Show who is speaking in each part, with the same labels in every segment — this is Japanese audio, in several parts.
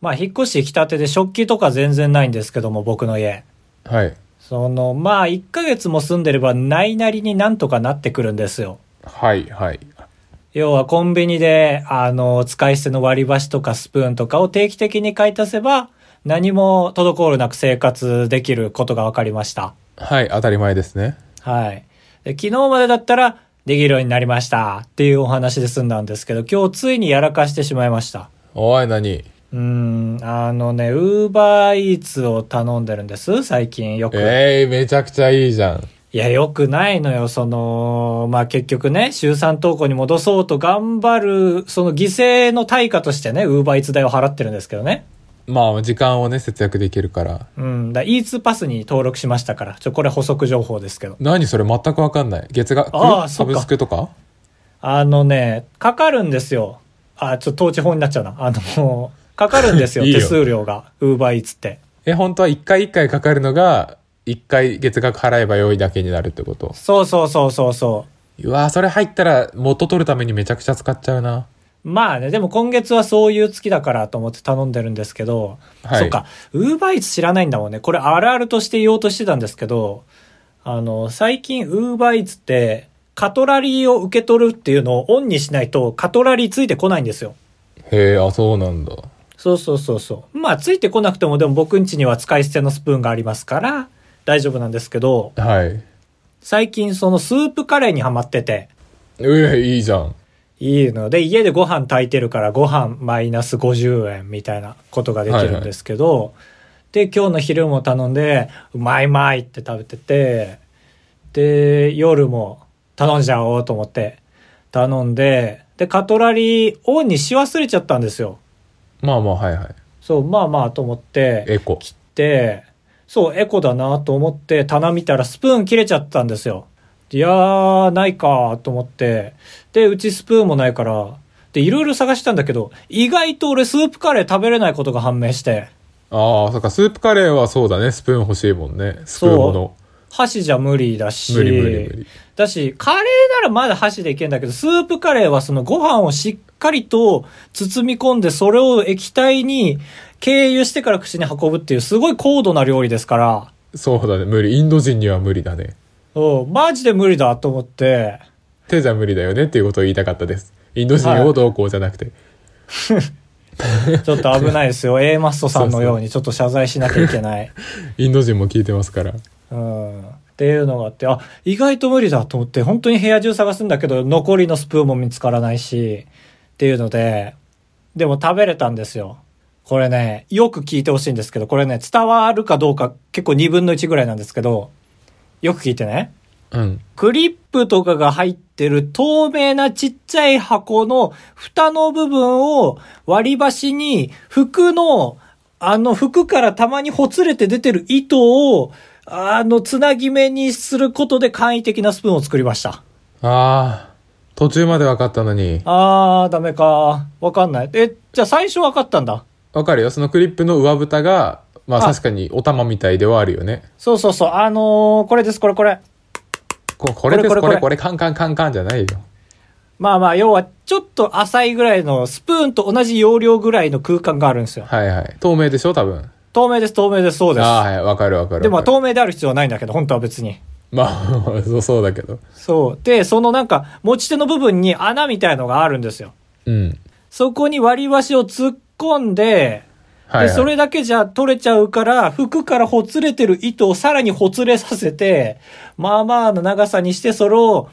Speaker 1: まあ、引っ越してきたてで食器とか全然ないんですけども、僕の家。
Speaker 2: はい。
Speaker 1: その、まあ、1ヶ月も住んでれば、ないなりになんとかなってくるんですよ。
Speaker 2: はい、はい。
Speaker 1: 要はコンビニで、あの、使い捨ての割り箸とかスプーンとかを定期的に買い足せば、何も滞るなく生活できることが分かりました。
Speaker 2: はい、当たり前ですね。
Speaker 1: はい。で昨日までだったら、できるようになりましたっていうお話で済んだんですけど、今日ついにやらかしてしまいました。
Speaker 2: おい、何
Speaker 1: うーん、あのね、ウーバーイーツを頼んでるんです、最近よく。
Speaker 2: ええー、めちゃくちゃいいじゃん。
Speaker 1: いや、よくないのよ。その、まあ、結局ね、週3投稿に戻そうと頑張る、その犠牲の対価としてね、ウーバーイーツ代を払ってるんですけどね。
Speaker 2: まあ、時間をね、節約できるから。
Speaker 1: うん。だイーツパスに登録しましたから。ちょ、これ補足情報ですけど。
Speaker 2: 何それ全くわかんない。月額
Speaker 1: あー
Speaker 2: サブスクとか
Speaker 1: あのね、かかるんですよ。あ、ちょ、統治法になっちゃうな。あの、かかるんですよ、
Speaker 2: いいよ
Speaker 1: 手数料が。ウーバーイーツって。
Speaker 2: え、本当は一回一回かかるのが、一回月額払えば良いだけになるってこと
Speaker 1: そうそうそうそうそう。
Speaker 2: うわーそれ入ったら元取るためにめちゃくちゃ使っちゃうな。
Speaker 1: まあね、でも今月はそういう月だからと思って頼んでるんですけど、
Speaker 2: はい
Speaker 1: そっか、ウーバーイーツ知らないんだもんね。これあるあるとして言おうとしてたんですけど、あの、最近ウーバーイーツって、カトラリーを受け取るっていうのをオンにしないとカトラリーついてこないんですよ。
Speaker 2: へえ、あ、そうなんだ。
Speaker 1: そうそうそうそう。まあついてこなくてもでも僕ん家には使い捨てのスプーンがありますから大丈夫なんですけど、
Speaker 2: はい。
Speaker 1: 最近そのスープカレーにハマってて、
Speaker 2: うえ、いいじゃん。
Speaker 1: いいので、家でご飯炊いてるからご飯マイナス50円みたいなことができるんですけど、で、今日の昼も頼んで、うまいうまいって食べてて、で、夜も頼んじゃおうと思って頼んで、で、カトラリーオンにし忘れちゃったんですよ。
Speaker 2: まあまあ、はいはい。
Speaker 1: そう、まあまあと思って、
Speaker 2: エコ。
Speaker 1: 切って、そう、エコだなと思って棚見たらスプーン切れちゃったんですよ。いやー、ないかと思って。で、うちスプーンもないから。で、いろいろ探したんだけど、意外と俺スープカレー食べれないことが判明して、
Speaker 2: ああ、そっか、スープカレーはそうだね。スプーン欲しいもんね。スプーンもの。
Speaker 1: 箸じゃ無理だし、
Speaker 2: 無理無理無理。
Speaker 1: だし、カレーならまだ箸でいけんだけど、スープカレーはそのご飯をしっかりと包み込んで、それを液体に経由してから口に運ぶっていう、すごい高度な料理ですから、
Speaker 2: そうだね。無理。インド人には無理だね。
Speaker 1: うん、マジで無理だと思 って、
Speaker 2: 手じゃ無理だよねっていうことを言いたかったです。インド人をどうこうじゃなくて。
Speaker 1: ちょっと危ないですよ。A マストさんのようにちょっと謝罪しなきゃいけ ない。
Speaker 2: インド人も聞いてますから。
Speaker 1: うん。っていうのがあって、あ、意外と無理だと思って、本当に部屋中探すんだけど、残りのスプーンも見つからないし、っていうので、でも食べれたんですよ。これね、よく聞いてほしいんですけど、これね、伝わるかどうか結構2分の1ぐらいなんですけど、よく聞いてね。
Speaker 2: うん。
Speaker 1: クリップとかが入ってる透明なちっちゃい箱の蓋の部分を割り箸に服の、あの服からたまにほつれて出てる糸を、あの、つなぎ目にすることで簡易的なスプーンを作りました。
Speaker 2: ああ、途中まで分かったのに。
Speaker 1: あー、ダメか。わかんない。え、じゃあ最初わかったんだ。
Speaker 2: わかるよ。そのクリップの上蓋が、まあ
Speaker 1: あ
Speaker 2: 確かにお玉みたいではあるよね。
Speaker 1: そうそうそう。あのーこれです、これこれ。
Speaker 2: ここれです、
Speaker 1: こ
Speaker 2: こ
Speaker 1: れ
Speaker 2: れ
Speaker 1: こ
Speaker 2: こ
Speaker 1: れ
Speaker 2: れ
Speaker 1: こ
Speaker 2: カンカンカンカンじゃないよ。
Speaker 1: まあまあ、要はちょっと浅いぐらいのスプーンと同じ容量ぐらいの空間があるんですよ。
Speaker 2: はいはい。透明でしょ多分。
Speaker 1: 透明です、透明です、そうです。
Speaker 2: ああ、はい。わかるわかる。
Speaker 1: でも
Speaker 2: わかる
Speaker 1: 透明である必要はないんだけど、本当は別に。
Speaker 2: まあ、 そうそうだけど。
Speaker 1: そう。で、そのなんか、持ち手の部分に穴みたいのがあるんですよ。
Speaker 2: うん。
Speaker 1: そこに割り箸を突っ込んで、
Speaker 2: はい、はい。
Speaker 1: で、それだけじゃ取れちゃうから、服からほつれてる糸をさらにほつれさせて、まあまあの長さにして、それを、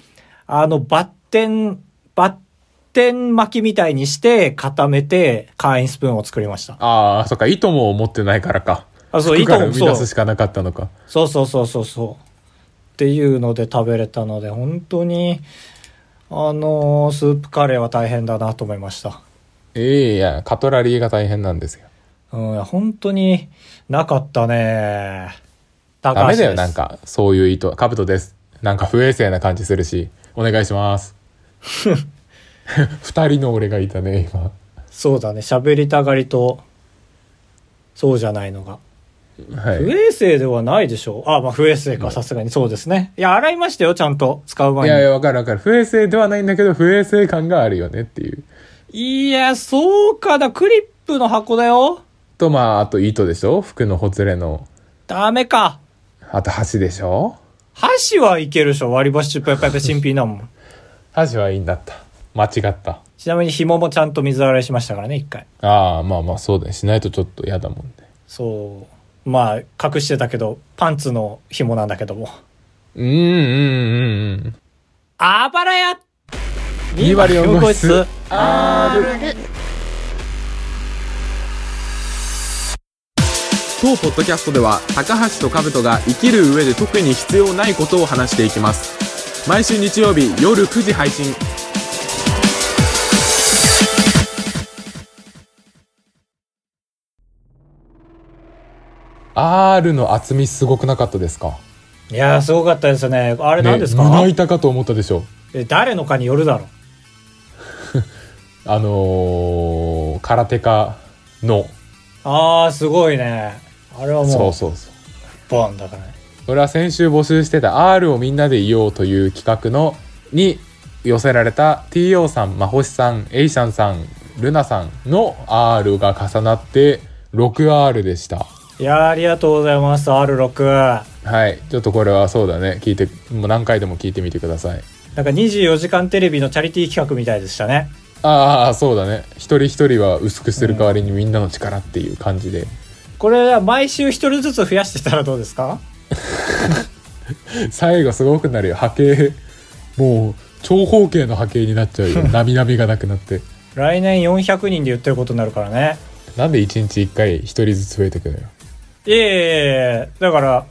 Speaker 1: あの、バッテン、バッテン巻きみたいにして、固めて、簡易スプーンを作りました。
Speaker 2: ああ、そっか。糸も持ってないからか。
Speaker 1: あそう
Speaker 2: 服から
Speaker 1: 糸も
Speaker 2: 生
Speaker 1: そう
Speaker 2: み出すしかなかったのか。
Speaker 1: そうそうそうそうそう。っていうので食べれたので、本当に、あのースープカレーは大変だなと思いました。
Speaker 2: ええいや、カトラリーが大変なんですよ。
Speaker 1: うん、本当になかったね。高
Speaker 2: ダ
Speaker 1: 橋で
Speaker 2: メ
Speaker 1: す
Speaker 2: だよ、なん。か。そういう糸。カブトです。なんか不衛生な感じするし。お願いします。二人の俺がいたね、今。
Speaker 1: そうだね、喋りたがりと、そうじゃないのが。
Speaker 2: はい。
Speaker 1: 不衛生ではないでしょう。あ、まあ不衛生か、さすがに。そうですね。いや、洗いましたよ、ちゃんと。使う前
Speaker 2: い
Speaker 1: に。
Speaker 2: やいや、わかるわかる。不衛生ではないんだけど、不衛生感があるよねっていう。
Speaker 1: いやそうかな。クリップの箱だよ。
Speaker 2: と、まあ、あと糸でしょ服のほつれの。
Speaker 1: ダメか。
Speaker 2: あと箸でしょ
Speaker 1: 箸はいけるでしょ。割り箸、ペペペ新品だもん。
Speaker 2: 箸はいいんだった。間違った。
Speaker 1: ちなみに紐もちゃんと水洗いしましたからね、一回。
Speaker 2: ああ、まあまあそうだね。しないとちょっと嫌だもんね。
Speaker 1: そう。まあ、隠してたけど、パンツの紐なんだけども。
Speaker 2: うんうんうんうん。
Speaker 1: あばらや
Speaker 2: 2割4
Speaker 1: 個
Speaker 2: 号室。
Speaker 3: 当ポッドキャストでは高橋と兜が生きる上で特に必要ないことを話していきます毎週日曜日夜9時配信
Speaker 2: あ R の厚みすごくなかったですか
Speaker 1: いやー、すごかったですね。あれ
Speaker 2: ね
Speaker 1: 何ですか、
Speaker 2: 胸板かと思ったでしょ。
Speaker 1: え誰のかによるだろう。
Speaker 2: あのー、空手家の。
Speaker 1: あー、すごいね。あれは
Speaker 2: そ
Speaker 1: も
Speaker 2: う
Speaker 1: う、
Speaker 2: そうそう。
Speaker 1: ボンだからね。
Speaker 2: これは先週募集してた R をみんなで言おうという企画のに寄せられた TO さん、まほしさん、エイシャンさん、ルナさんの R が重なって 6R でした。
Speaker 1: いやー、ありがとうございます、R6。
Speaker 2: はい。ちょっとこれはそうだね。聞いて、もう何回でも聞いてみてください。
Speaker 1: なんか24時間テレビのチャリティー企画みたいでしたね。
Speaker 2: ああ、そうだね。一人一人は薄くする代わりにみんなの力っていう感じで。
Speaker 1: これは毎週一人ずつ増やしてたらどうですか
Speaker 2: 最後すごくなるよ。波形。もう、長方形の波形になっちゃうよ。なみなみがなくなって。
Speaker 1: 来年400人で言ってることになるからね。
Speaker 2: なんで一日一回一人ずつ増えてくのよ。
Speaker 1: いえいえいえ、だから、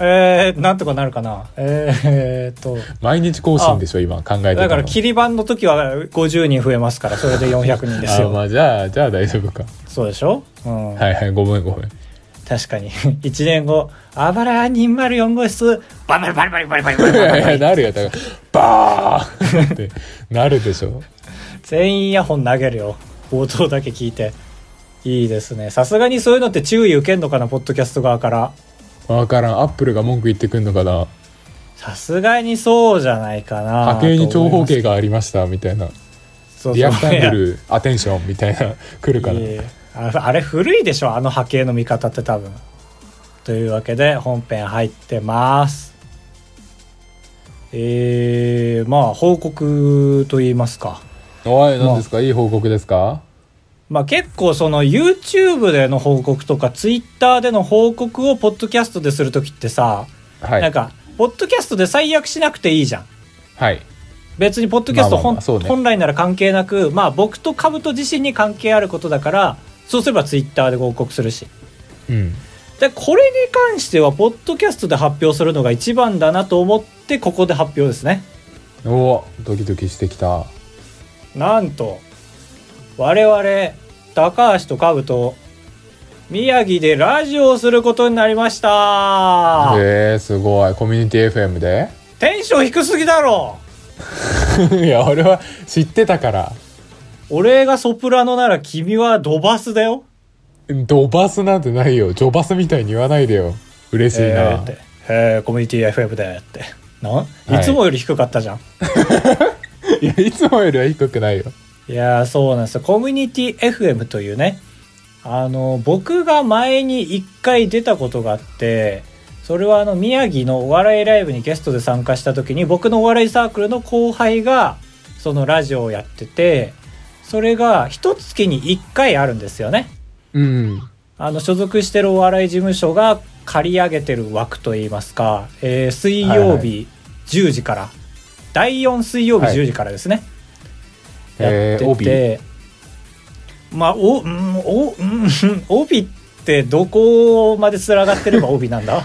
Speaker 1: えー、なんとかなるかな。えー、えーっと、
Speaker 2: 毎日更新でしょ今考えてたの
Speaker 1: だから切り板の時は50人増えますから、それで400人です
Speaker 2: あま
Speaker 1: よ。
Speaker 2: あじゃあじゃあ大丈夫か
Speaker 1: そうでしょうん。
Speaker 2: はいはいごめんごめん
Speaker 1: 確かに。1年 後、あばら204号室、バリバリバリバリバリバリ
Speaker 2: い
Speaker 1: バ リバリ
Speaker 2: やいやなるよだからバーンってなるでしょ
Speaker 1: 全員イヤホン投げるよ冒頭だけ聞いていいですねさすがにそういうのって注意受けんのかなポッドキャスト側から
Speaker 2: わからんアップルが文句言ってくんのかな
Speaker 1: さすがにそうじゃないかな
Speaker 2: 波形に長
Speaker 1: と
Speaker 2: 方形がありましたみたいな
Speaker 1: 思い
Speaker 2: リ
Speaker 1: ま
Speaker 2: ア
Speaker 1: す
Speaker 2: ク
Speaker 1: そうそう
Speaker 2: タングルアテンションみたいな来るか
Speaker 1: いえい
Speaker 2: ら
Speaker 1: えああれ古いでしょあの波形の見方って多分というわけで本編入ってますえー、まあ報告と言いますか
Speaker 2: おい何ですかいい報告ですか
Speaker 1: まあ結構その YouTube での報告とか Twitter での報告をポッドキャストでするときってさ
Speaker 2: は
Speaker 1: なん
Speaker 2: い
Speaker 1: か、ポッドキャストで最悪しなくていいじゃん。
Speaker 2: はい
Speaker 1: 別にポッドキャスト
Speaker 2: まあまあ
Speaker 1: 本,、
Speaker 2: まあそうね
Speaker 1: 本来なら関係なく、まあ僕とカブト自身に関係あることだから、そうすればツイッターで報告するし。
Speaker 2: うん
Speaker 1: で、これに関しては、ポッドキャストで発表するのが一番だなと思って、ここで発表ですね。
Speaker 2: おドキドキしてきた
Speaker 1: なんと、我々、高橋とカブト、宮城でラジオをすることになりました。
Speaker 2: へえすごいコミュニティ FM で
Speaker 1: テンション低すぎだろ
Speaker 2: いや俺は知ってたから
Speaker 1: 俺がソプラノなら君はドバスだよ。
Speaker 2: ドバスなんてないよ。ジョバスみたいに言わないでよ。嬉しい
Speaker 1: えー
Speaker 2: な
Speaker 1: っ。て「へーコミュニティ FM で」ってなん
Speaker 2: い
Speaker 1: いつもより低かったじゃん、
Speaker 2: いや、いつもよりは低くないよ。
Speaker 1: い、やーそうなんですよコミュニティ FM というねあの僕が前に一回出たことがあってそれはあの宮城のお笑いライブにゲストで参加した時に僕のお笑いサークルの後輩がそのラジオをやっててそれが一月に1回あるんですよね
Speaker 2: うん。
Speaker 1: あの所属してるお笑い事務所が借り上げてる枠といいますか、えー水曜
Speaker 2: はいは
Speaker 1: 日10時から、第4水曜日
Speaker 2: はい
Speaker 1: 10時からですね、
Speaker 2: えー
Speaker 1: やってて、まあおうんおうん 帯ってどこまでつながって れば帯なんだ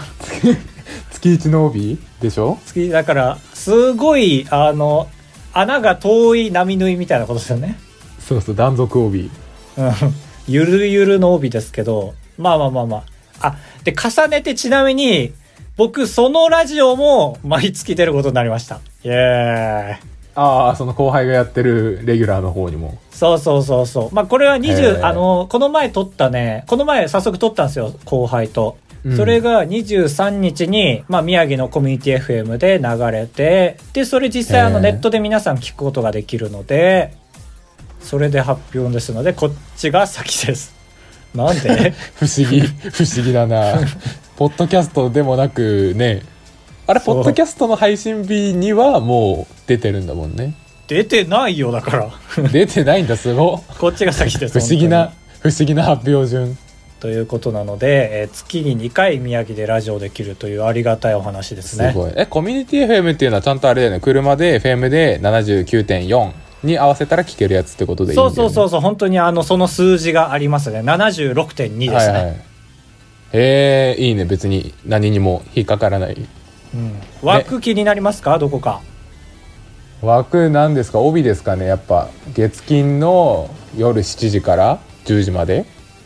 Speaker 2: 月一の帯でしょ
Speaker 1: 月だからすごいあの穴が遠い波縫いみたいなことですよね
Speaker 2: そうそう、断続帯。
Speaker 1: うんゆるゆるの帯ですけど、まあまあまあまあ。あ、で、重ねてちなみに、僕、そのラジオも毎月出ることになりました。イエーイ。
Speaker 2: ああ、その後輩がやってるレギュラーの方にも。
Speaker 1: そうそうそうそう。まあ、これは
Speaker 2: へ
Speaker 1: 20、
Speaker 2: ー
Speaker 1: あの、この前撮ったね、この前早速撮ったんですよ、後輩と。
Speaker 2: うん
Speaker 1: それが23日に、まあ、宮城のコミュニティ FM で流れて、で、それ実際あの
Speaker 2: へー
Speaker 1: ネットで皆さん聞くことができるので、それで発表ですので、こっちが先です。なんで
Speaker 2: 不思 議不思議だ なポッドキャストでもなくねあれ
Speaker 1: そう
Speaker 2: ポッドキャストの配信日にはもう出てるんだもん ね
Speaker 1: 出てないよだ から
Speaker 2: 出てないんだすごっ
Speaker 1: こっちが先です
Speaker 2: 不思議
Speaker 1: 本
Speaker 2: な不思議な発表順
Speaker 1: 当にということなので、えー月に2回宮城でラジオできるというありがたいお話です
Speaker 2: す
Speaker 1: ね
Speaker 2: ごいえコミュニティ FM っていうのはちゃんとあれだよね車で FM で79.4に合わせたら聞けるやつってことでいいんだ
Speaker 1: そ
Speaker 2: よ、
Speaker 1: う
Speaker 2: ね、
Speaker 1: そうそうそう本当にあのその数字がありますね76.2ですね、
Speaker 2: はいはいへえいいね別に何にも引っかからない
Speaker 1: うん、枠気になりますかどこか
Speaker 2: 枠なんですか帯ですかねやっぱ月金の夜7時から10時まで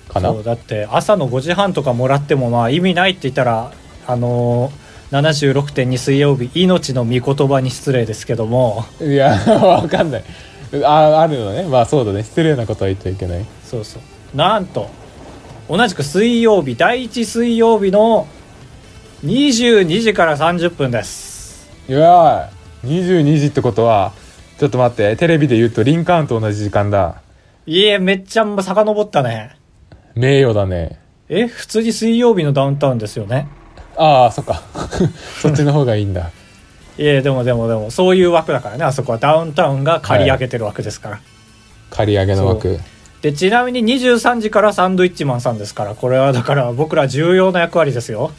Speaker 2: かな
Speaker 1: そうだって朝の5時半とかもらってもまあ意味ないって言ったらあのー、76.2水曜日命の御言葉に失礼ですけども
Speaker 2: いや わかんないああるのねまあそうだね失礼なことは言っちゃいけない
Speaker 1: そうそうなんと同じく水曜日第1水曜日の22時から30分です
Speaker 2: いやー22時ってことはちょっと待ってテレビで言うとリンカーンと同じ時間だ
Speaker 1: いえめっちゃ遡ったね
Speaker 2: 名誉だね
Speaker 1: え普通に水曜日のダウンタウンですよね
Speaker 2: ああそっか そっちの方がいいんだ
Speaker 1: いえでもでもでもそういう枠だからねあそこはダウンタウンが借り上げてる枠ですから、
Speaker 2: 借り上げの枠
Speaker 1: でちなみに23時からサンドイッチマンさんですからこれはだから僕ら重要な役割ですよ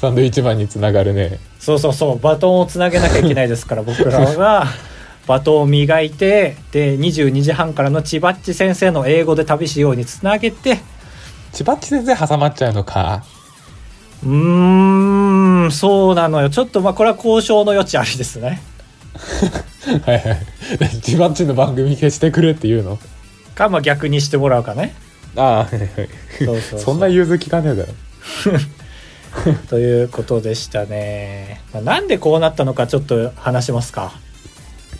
Speaker 2: サンドイッチマンにつながるね
Speaker 1: そうそうそうバトンをつなげなきゃいけないですから僕らがバトンを磨いてで22時半からのちばっち先生の英語で旅しようにつなげて
Speaker 2: 千葉っち先生挟まっちゃうのか
Speaker 1: うーんそうなのよちょっとまあこれは交渉の余地ありですね
Speaker 2: はいはい。ジバッチの番組消してくれって言うの
Speaker 1: かまあ逆にしてもらうか ね
Speaker 2: ああ、はいはい。
Speaker 1: そうそうそう
Speaker 2: そんな融通きかねえだろ。
Speaker 1: ということでしたね、まあなんでこうなったのかちょっと話しますか、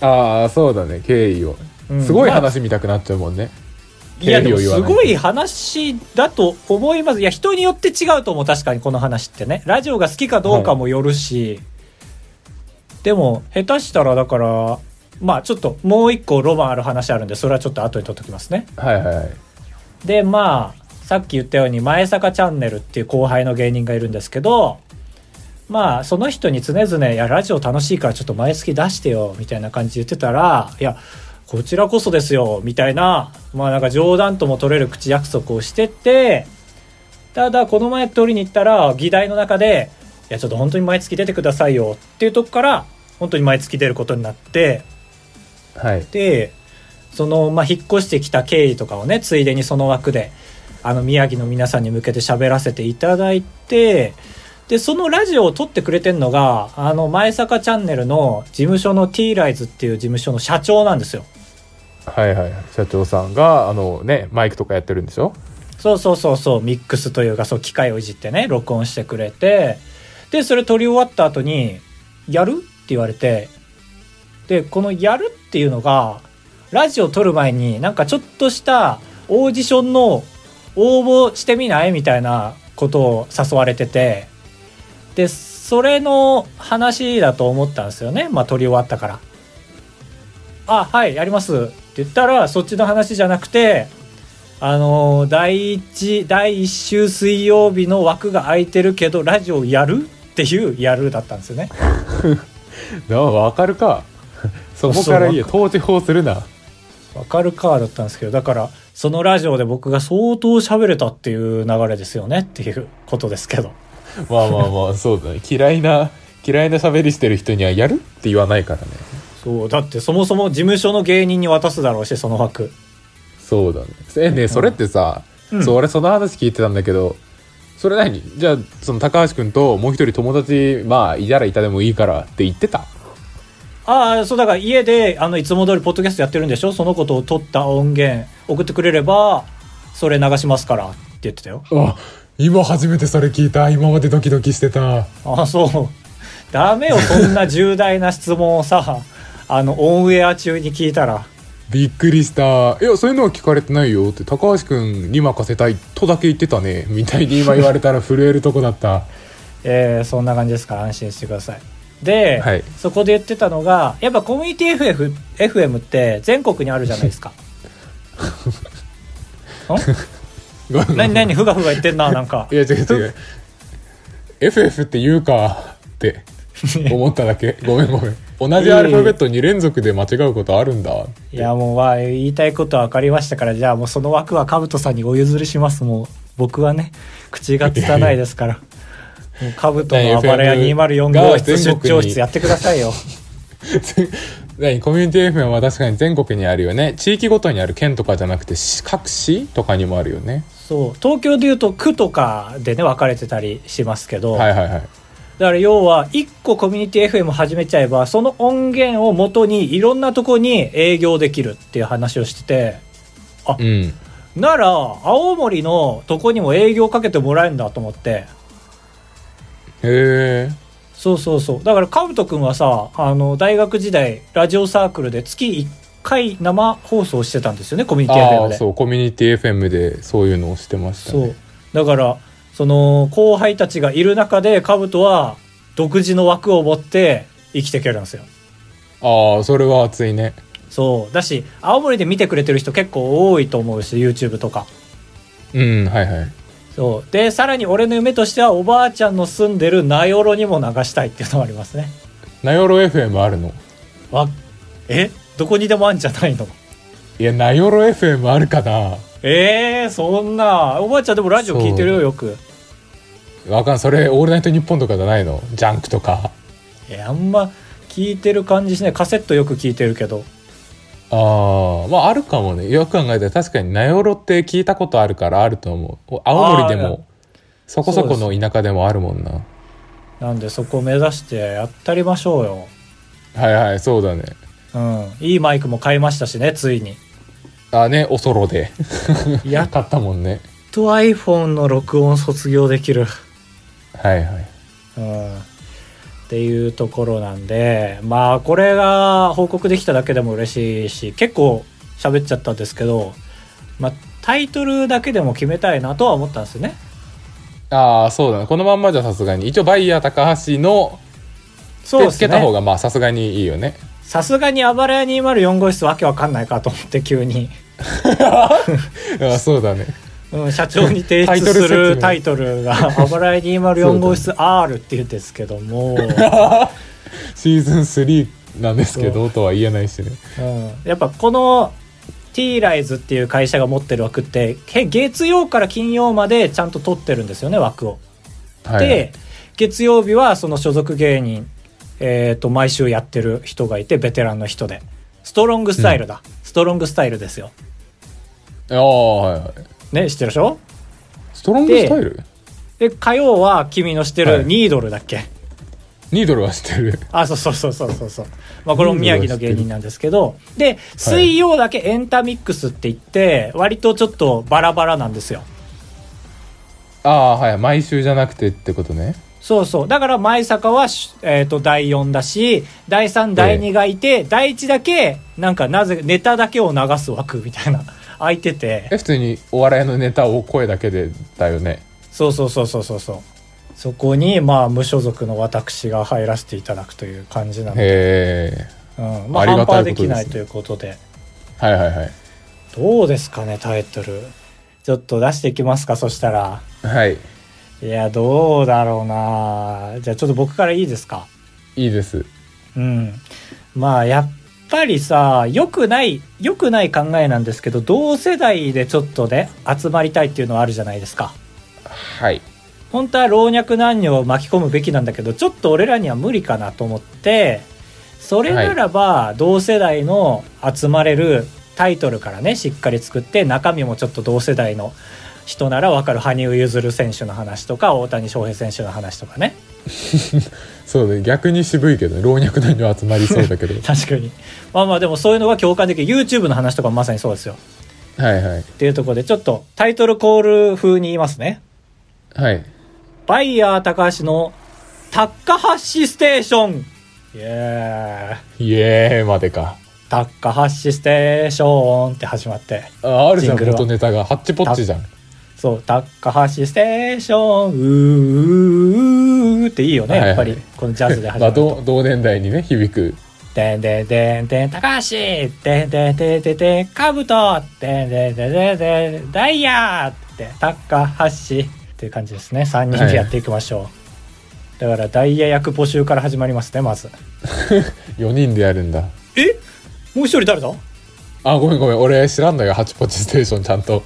Speaker 2: ああ、そうだね、経緯を。
Speaker 1: うん
Speaker 2: すごい
Speaker 1: まあ
Speaker 2: 話見たくなっちゃうもんね。
Speaker 1: いやでも
Speaker 2: 経緯を言わ
Speaker 1: す
Speaker 2: ないと
Speaker 1: ごい話だと思います。いや人によって違うと思う確かにこの話ってね。ラジオが好きかどうかもよるし、でも下手したらだからまあちょっともう一個ロマンある話あるんでそれはちょっと後に取っときますね。
Speaker 2: はいはいはい。
Speaker 1: でまあさっき言ったように前坂チャンネルっていう後輩の芸人がいるんですけどまあその人に常々「いやラジオ楽しいからちょっと毎月出してよ」みたいな感じで言ってたら「いやこちらこそですよ」みたいなまあなんか冗談とも取れる口約束をしてってただこの前取りに行ったら議題の中で「いやちょっと本当に毎月出てくださいよ」っていうとこから本当に毎月出ることになって
Speaker 2: はい。
Speaker 1: でその、まあ、引っ越してきた経緯とかをねついでにその枠であの宮城の皆さんに向けて喋らせていただいてでそのラジオを撮ってくれてるのがあの前坂チャンネルの事務所の T ライズっていう事務所の社長なんですよ。
Speaker 2: はいはい。社長さんが、あのね、マイクとかやってるんでしょ
Speaker 1: そうそうそうそうミックスというかそう機械をいじってね録音してくれてでそれ撮り終わった後に「やる?」って言われてでこの「やる?」っていうのがラジオ撮る前になんかちょっとしたオーディションの応募してみないみたいなことを誘われててでそれの話だと思ったんですよねまあ撮り終わったから。あはいやりますって言ったらそっちの話じゃなくてあのー第一第1週水曜日の枠が空いてるけどラジオやるっていうやるだったんですよね
Speaker 2: ああ、わかる か。そこからいいよ。統治法するな。
Speaker 1: わかるかだったんですけどだからそのラジオで僕が相当喋れたっていう流れですよねっていうことですけど
Speaker 2: まあまあまあ、そうだね。嫌いな、嫌いな喋りしてる人にはやるって言わないからね。
Speaker 1: そうだってそもそも事務所の芸人に渡すだろうしその枠
Speaker 2: そうだね。え、ねそれってさ、
Speaker 1: うん
Speaker 2: そう、俺その話聞いてたんだけど、それ何じゃあ、その高橋くんともう一人友達、まあ、いたらいたでもいいからって言ってた
Speaker 1: ああそうだから家であのいつも通りポッドキャストやってるんでしょそのことを撮った音源送ってくれればそれ流しますからって言ってたよ
Speaker 2: あ、今初めてそれ聞いた。今までドキドキしてた。
Speaker 1: あそうダメよそんな重大な質問をさ あのオンエア中に聞いたら
Speaker 2: びっくりした。いや、そういうのは聞かれてないよって、高橋くんに任せたいとだけ言ってたね。みたいに今言われたら震えるとこだった。
Speaker 1: えーそんな感じですから安心してくださいで、
Speaker 2: はい
Speaker 1: そこで言ってたのがやっぱコミュニティ FF FM って全国にあるじゃないですかん
Speaker 2: ごめんごめん
Speaker 1: 何何ふがふが言ってんな、なんか
Speaker 2: い。や違う違う FF って言うか って思っただけごめんごめん同じアルファベット2連続で間違うことあるんだ
Speaker 1: いや、もう、まあ、言いたいことは分かりましたから、じゃあもうその枠はカブトさんにお譲りします、もう。僕はね、口が拙いですから。もうカブトの暴れ屋204号室出張室やってくださいよ。
Speaker 2: 全何コミュニティ FM は確かに全国にあるよね地域ごとにある県とかじゃなくて市各市とかにもあるよね
Speaker 1: そう。東京で言うと区とかでね、分かれてたりしますけど。
Speaker 2: はいはいはい
Speaker 1: だから要は1個コミュニティ FM 始めちゃえばその音源を元にいろんなとこに営業できるっていう話をしてて
Speaker 2: うん
Speaker 1: なら青森のとこにも営業かけてもらえるんだと思って
Speaker 2: へえ
Speaker 1: そうそうそうだからカブト君はさあの大学時代ラジオサークルで月1回生放送してたんですよねコミュニティ FM
Speaker 2: ああ
Speaker 1: で
Speaker 2: そうコミュニティ FM でそういうのをしてました
Speaker 1: そ
Speaker 2: ね
Speaker 1: うだからその後輩たちがいる中でカブトは独自の枠を持って生きていけるんですよ
Speaker 2: ああそれは熱いね
Speaker 1: そうだし青森で見てくれてる人結構多いと思うし YouTube とか
Speaker 2: うんはいはい
Speaker 1: そうでさらに俺の夢としてはおばあちゃんの住んでる名寄にも流したいっていうのはありますね
Speaker 2: 名寄 FM あるの
Speaker 1: わえどこにでもあんじゃないの
Speaker 2: いや名寄 FM あるかな
Speaker 1: えー、そんなおばあちゃんでもラジオ聞いてるよよく
Speaker 2: わかんそれ「オールナイトニッポン」とかじゃないのジャンクとか
Speaker 1: えあんま聞いてる感じしないカセットよく聞いてるけど
Speaker 2: ああまああるかもねよく考えたら確かに名寄って聞いたことあるからあると思う青森で
Speaker 1: あーいや
Speaker 2: もそこそこ
Speaker 1: そう
Speaker 2: の田舎でもあるもんな
Speaker 1: なんでそこを目指してやったりましょうよ
Speaker 2: はいはいそうだね
Speaker 1: うんいいマイクも買いましたしねついに
Speaker 2: あねおそろで
Speaker 1: やっ
Speaker 2: 買ったもんね
Speaker 1: と iPhone の録音卒業できる
Speaker 2: はいはい
Speaker 1: うんっていうところなんでまあこれが報告できただけでも嬉しいし結構喋っちゃったんですけど、まあ、タイトルだけでも決めたいなとは思ったんですよね
Speaker 2: ああそうだねこのまんまじゃさすがに一応バイヤー高橋の
Speaker 1: そうで
Speaker 2: つけ
Speaker 1: す
Speaker 2: た方
Speaker 1: ね
Speaker 2: がまあさすがにいいよね
Speaker 1: さすがに暴れ屋204号室わけわかんないかと思って急に、
Speaker 2: あそうだね
Speaker 1: うん、社長に提出
Speaker 2: タイトル
Speaker 1: す
Speaker 2: 説
Speaker 1: る
Speaker 2: 明
Speaker 1: タイトルが 「暴れ屋204号室 R」っていうんですけど も、
Speaker 2: シーズン3なんですけどとは言えないしね
Speaker 1: うん、やっぱこの T ライズっていう会社が持ってる枠ってけ月曜から金曜までちゃんと取ってるんですよね枠を。
Speaker 2: はい
Speaker 1: で月曜日はその所属芸人、えー、と毎週やってる人がいてベテランの人でストロングスタイルだ、ストロングスタイルですよ。
Speaker 2: ああはいはい
Speaker 1: ね知ってるでしょ
Speaker 2: ストロングスタイル
Speaker 1: で火曜は君の知って
Speaker 2: は
Speaker 1: る
Speaker 2: い
Speaker 1: ニードルだっけ、
Speaker 2: ニードルは知ってる
Speaker 1: あそうそうそうそうそうそう、まあ、これも宮城の芸人なんですけどで
Speaker 2: はい
Speaker 1: 水曜だけエンタミックスって言って割とちょっとバラバラなんですよ。
Speaker 2: ああはい毎週じゃなくてってことね
Speaker 1: そうそう。だから、前坂はし、えっ、と、第4だし、第3、第2がいて、第1だけ、なんか、なぜ、ネタだけを流す枠みたいな、空いてて。
Speaker 2: え普通にお笑いのネタを声だけでだよね
Speaker 1: そうそうそうそうそうそう。そこに、まあ、無所属の私が入らせていただくという感じなので、
Speaker 2: へえ
Speaker 1: うん。まあ、
Speaker 2: あり
Speaker 1: 半
Speaker 2: が
Speaker 1: 端
Speaker 2: た
Speaker 1: で
Speaker 2: いことですね
Speaker 1: きないということで。
Speaker 2: はいはいはい
Speaker 1: どうですかね、タイトル。ちょっと出していきますか、そしたら。
Speaker 2: はい
Speaker 1: いや、どうだろうなじゃあ、ちょっと僕からいいですか。
Speaker 2: いいです
Speaker 1: うん、まあやっぱりさ良くない良くない考えなんですけど同世代でちょっとね集まりたいっていうのはあるじゃないですか
Speaker 2: はい
Speaker 1: 本当は老若男女を巻き込むべきなんだけどちょっと俺らには無理かなと思ってそれならば同世代の集まれるタイトルからねしっかり作って中身もちょっと同世代の人なら分かる羽生結弦選手の話とか大谷翔平選手の話とかね
Speaker 2: そうだね逆に渋いけどね老若男女集まりそうだ けど
Speaker 1: 確かにまあまあでもそういうのが共感できる YouTube の話とかもまさにそうですよ
Speaker 2: はいはい
Speaker 1: っていうところで、ちょっとタイトルコール風に言いますね。
Speaker 2: はい
Speaker 1: バイヤー高橋の高橋ステーションイエーイ
Speaker 2: イエーイまでか
Speaker 1: 高橋ステーションって始まって。
Speaker 2: ああるじゃん
Speaker 1: ジングルは
Speaker 2: 元ネタがハッチポッチじゃん
Speaker 1: そう、高橋ステーション、うーうーうーっていいよね、
Speaker 2: はいはい
Speaker 1: やっぱり。このジャズで始
Speaker 2: ま
Speaker 1: ま
Speaker 2: あ
Speaker 1: ると。
Speaker 2: 同同年代にね響く
Speaker 1: でんでんでんでん、高橋でんでんでんでんでん、かぶとでんでんでんでんでん、ダイヤーって高橋っていう感じですね3人でやっていきましょう、だからダイヤ役募集から始まりますねまず
Speaker 2: 4人でやるんだ
Speaker 1: えもう一人誰だ
Speaker 2: あごめんごめん俺知らんのよハチポチステーションちゃんと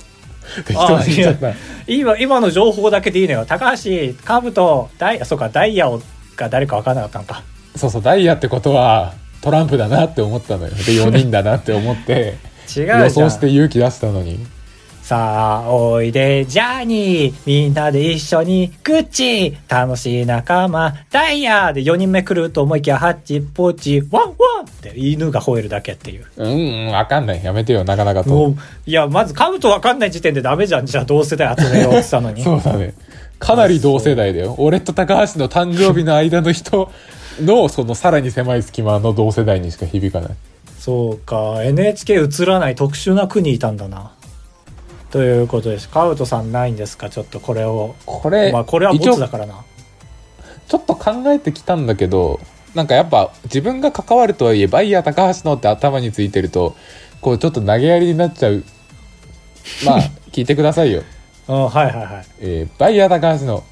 Speaker 2: 適当に言っちゃった
Speaker 1: あい今今の情報だけでいいのよ高橋カブとダイヤそうかダイヤをが誰か分からなかったのか
Speaker 2: そうそうダイヤってことはトランプだなって思ったのよで4人だなって思って
Speaker 1: 違うじゃん
Speaker 2: 予想して勇気出したのに
Speaker 1: さあおいでジャーニーみんなで一緒にグッチ楽しい仲間ダイヤで4人目来ると思いきやハッチポチワンワンって犬が吠えるだけっていう
Speaker 2: うんうん分かんないやめてよなかなかと
Speaker 1: もういやまずカブと分かんない時点でダメじゃんじゃあ同世代集めようって言ったの に
Speaker 2: そうだねかなり同世代だよ俺と高橋の誕生日の間の人のそのさらに狭い隙間の同世代にしか響かない
Speaker 1: そうか NHK 映らない特殊な国いたんだなということですカウトさんないんですかちょっとこれを
Speaker 2: これ、
Speaker 1: まあこれはボ
Speaker 2: 一応
Speaker 1: ツだからな
Speaker 2: ちょっと考えてきたんだけどなんかやっぱ自分が関わるとはいえバイヤー高橋のって頭についてるとこうちょっと投げやりになっちゃう まあ聞いてくださいよ、
Speaker 1: うんはいはいはい
Speaker 2: えーバイヤー高橋の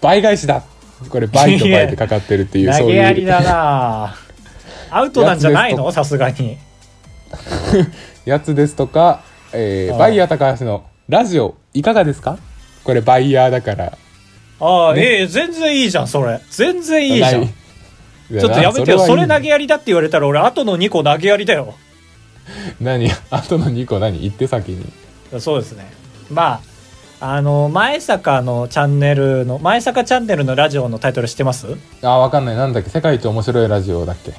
Speaker 2: 倍返しだこれ倍と倍でかかってるっていう
Speaker 1: 投
Speaker 2: そう
Speaker 1: げ
Speaker 2: いう
Speaker 1: やりだ なアウトなんじゃないのさすがに
Speaker 2: やつですとか、えー
Speaker 1: はい
Speaker 2: バイヤー高橋のラジオいかがですかこれバイヤーだから
Speaker 1: ああ、
Speaker 2: ね
Speaker 1: ええ全然いいじゃんそれ全然いいじゃん
Speaker 2: ない
Speaker 1: ちょっとやめてよ
Speaker 2: は
Speaker 1: そ
Speaker 2: いい
Speaker 1: れ投げやりだって言われたら俺後の2個投げやりだよ
Speaker 2: 何 あとの2個何言って先に
Speaker 1: そうですねまああの前坂のチャンネルの前坂チャンネルのラジオのタイトル知ってます
Speaker 2: あわかんないなんだっけ世界一面白いラジオだっけ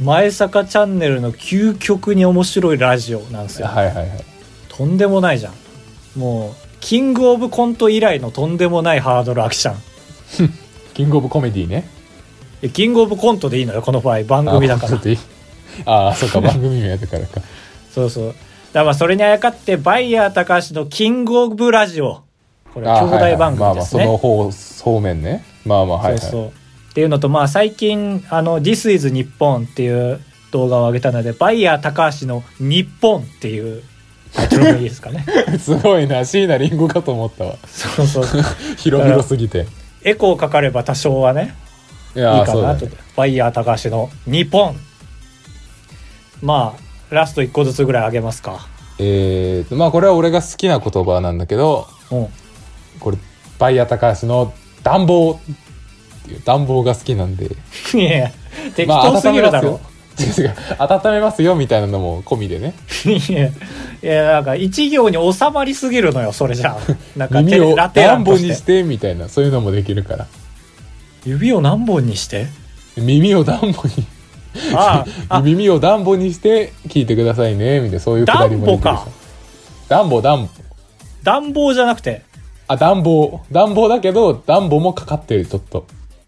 Speaker 1: 前坂チャンネルの究極に面白いラジオなんですよ、
Speaker 2: はいはいはい
Speaker 1: とんでもないじゃんもうキングオブコント以来のとんでもないハードルアクション
Speaker 2: キングオブコメディね
Speaker 1: えキングオブコントでいいのよこの場合番組だか
Speaker 2: あちょ
Speaker 1: ら
Speaker 2: っといいああそう か番組名だからか
Speaker 1: そうそうだからまあそれにあやかってバイヤー高橋のキングオブラジオこれ
Speaker 2: あ
Speaker 1: 兄
Speaker 2: ーはいはい
Speaker 1: 弟番
Speaker 2: ま
Speaker 1: 組
Speaker 2: あま
Speaker 1: で
Speaker 2: あ
Speaker 1: す
Speaker 2: そ
Speaker 1: ね
Speaker 2: の方方面ねまあまあはい、はい、
Speaker 1: そうそうっていうのとまあ最近あの「This is 日本」っていう動画を上げたのでバイヤー高橋の「日本」っていうタイトルもいいですか ね
Speaker 2: すごいな椎名林檎かと思ったわ
Speaker 1: そうそう
Speaker 2: 広々すぎて
Speaker 1: エコーかかれば多少はね
Speaker 2: い
Speaker 1: い
Speaker 2: やー
Speaker 1: いか
Speaker 2: そう
Speaker 1: な
Speaker 2: だ
Speaker 1: と、
Speaker 2: ね
Speaker 1: バイヤー高橋の「日本」まあラスト1個ずつぐらい上げますか
Speaker 2: えーとまあこれは俺が好きな言葉なんだけど
Speaker 1: うん
Speaker 2: これバイヤー高橋の暖房っていう暖房が好きなんで
Speaker 1: いやいや適当すぎるだろ、
Speaker 2: 違う違う温めますよみたいなのも込みでね
Speaker 1: いやいやなんか一行に収まりすぎるのよそれじ ゃあなんか
Speaker 2: 耳
Speaker 1: 手
Speaker 2: を
Speaker 1: ラテラ
Speaker 2: 暖
Speaker 1: ン
Speaker 2: 房
Speaker 1: とし
Speaker 2: に
Speaker 1: て
Speaker 2: してみたいなそういうのもできるから
Speaker 1: 指を何本に して
Speaker 2: 耳を暖房に
Speaker 1: あああ
Speaker 2: 耳を暖房にして聞いてくださいねみたいなそういうくだりもできる
Speaker 1: 暖房か
Speaker 2: 暖房暖房
Speaker 1: 暖房じゃなくて
Speaker 2: あ暖房暖房だけど暖房もかかってるちょっと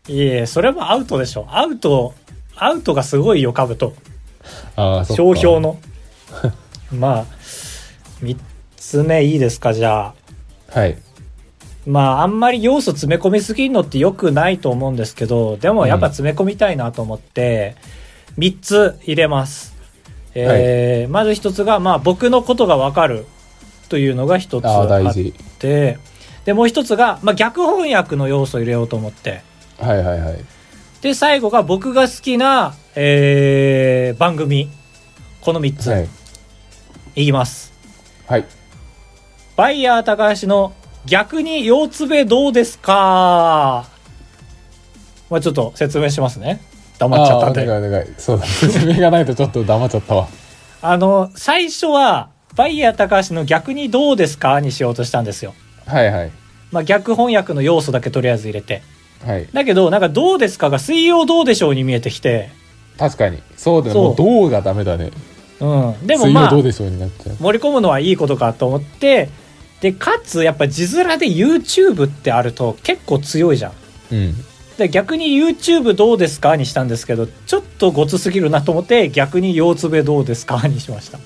Speaker 1: いえいえそれもアウトでしょアウトアウトがすごいよかぶと
Speaker 2: ああそっか
Speaker 1: 商標の まあ3つ目いいですかじゃあ
Speaker 2: はい
Speaker 1: まああんまり要素詰め込みすぎるのって良くないと思うんですけどでもやっぱ詰め込みたいなと思って、3つ入れます、えーまず1つが、まあ、僕のことが分かるというのが1つ
Speaker 2: ああ
Speaker 1: あ
Speaker 2: 大
Speaker 1: っ
Speaker 2: 事
Speaker 1: てでもう1つが、まあ、逆翻訳の要素を入れようと思って
Speaker 2: はいはいはい
Speaker 1: で最後が僕が好きな、えー番組この3つ、
Speaker 2: はいい、
Speaker 1: きます
Speaker 2: はい、
Speaker 1: バイヤー高橋の逆に腰つべどうですかまあちょっと説明しますね。黙っちゃったん
Speaker 2: あ
Speaker 1: で。
Speaker 2: ー
Speaker 1: あ
Speaker 2: お願いお願いそうだ説明がないとちょっと黙っちゃったわ
Speaker 1: の、最初は、バイヤー高橋の逆にどうですかにしようとしたんですよ。
Speaker 2: はいはい
Speaker 1: まあ逆翻訳の要素だけとりあえず入れて。
Speaker 2: はい
Speaker 1: だけど、なんかどうですかが水曜どうでしょうに見えてきて。
Speaker 2: 確かにそうだね
Speaker 1: そう
Speaker 2: もうどうがダメだね
Speaker 1: うん。でも
Speaker 2: 水
Speaker 1: ま
Speaker 2: 曜
Speaker 1: あ、
Speaker 2: どう
Speaker 1: 盛
Speaker 2: でしょうになっちゃう
Speaker 1: り込むのはいいことかと思って、で、かつやっぱ字面で YouTube ってあると結構強いじゃん。
Speaker 2: うん
Speaker 1: で逆に YouTube どうですかにしたんですけどちょっとごつすぎるなと思って逆に腰つべどうですかにしました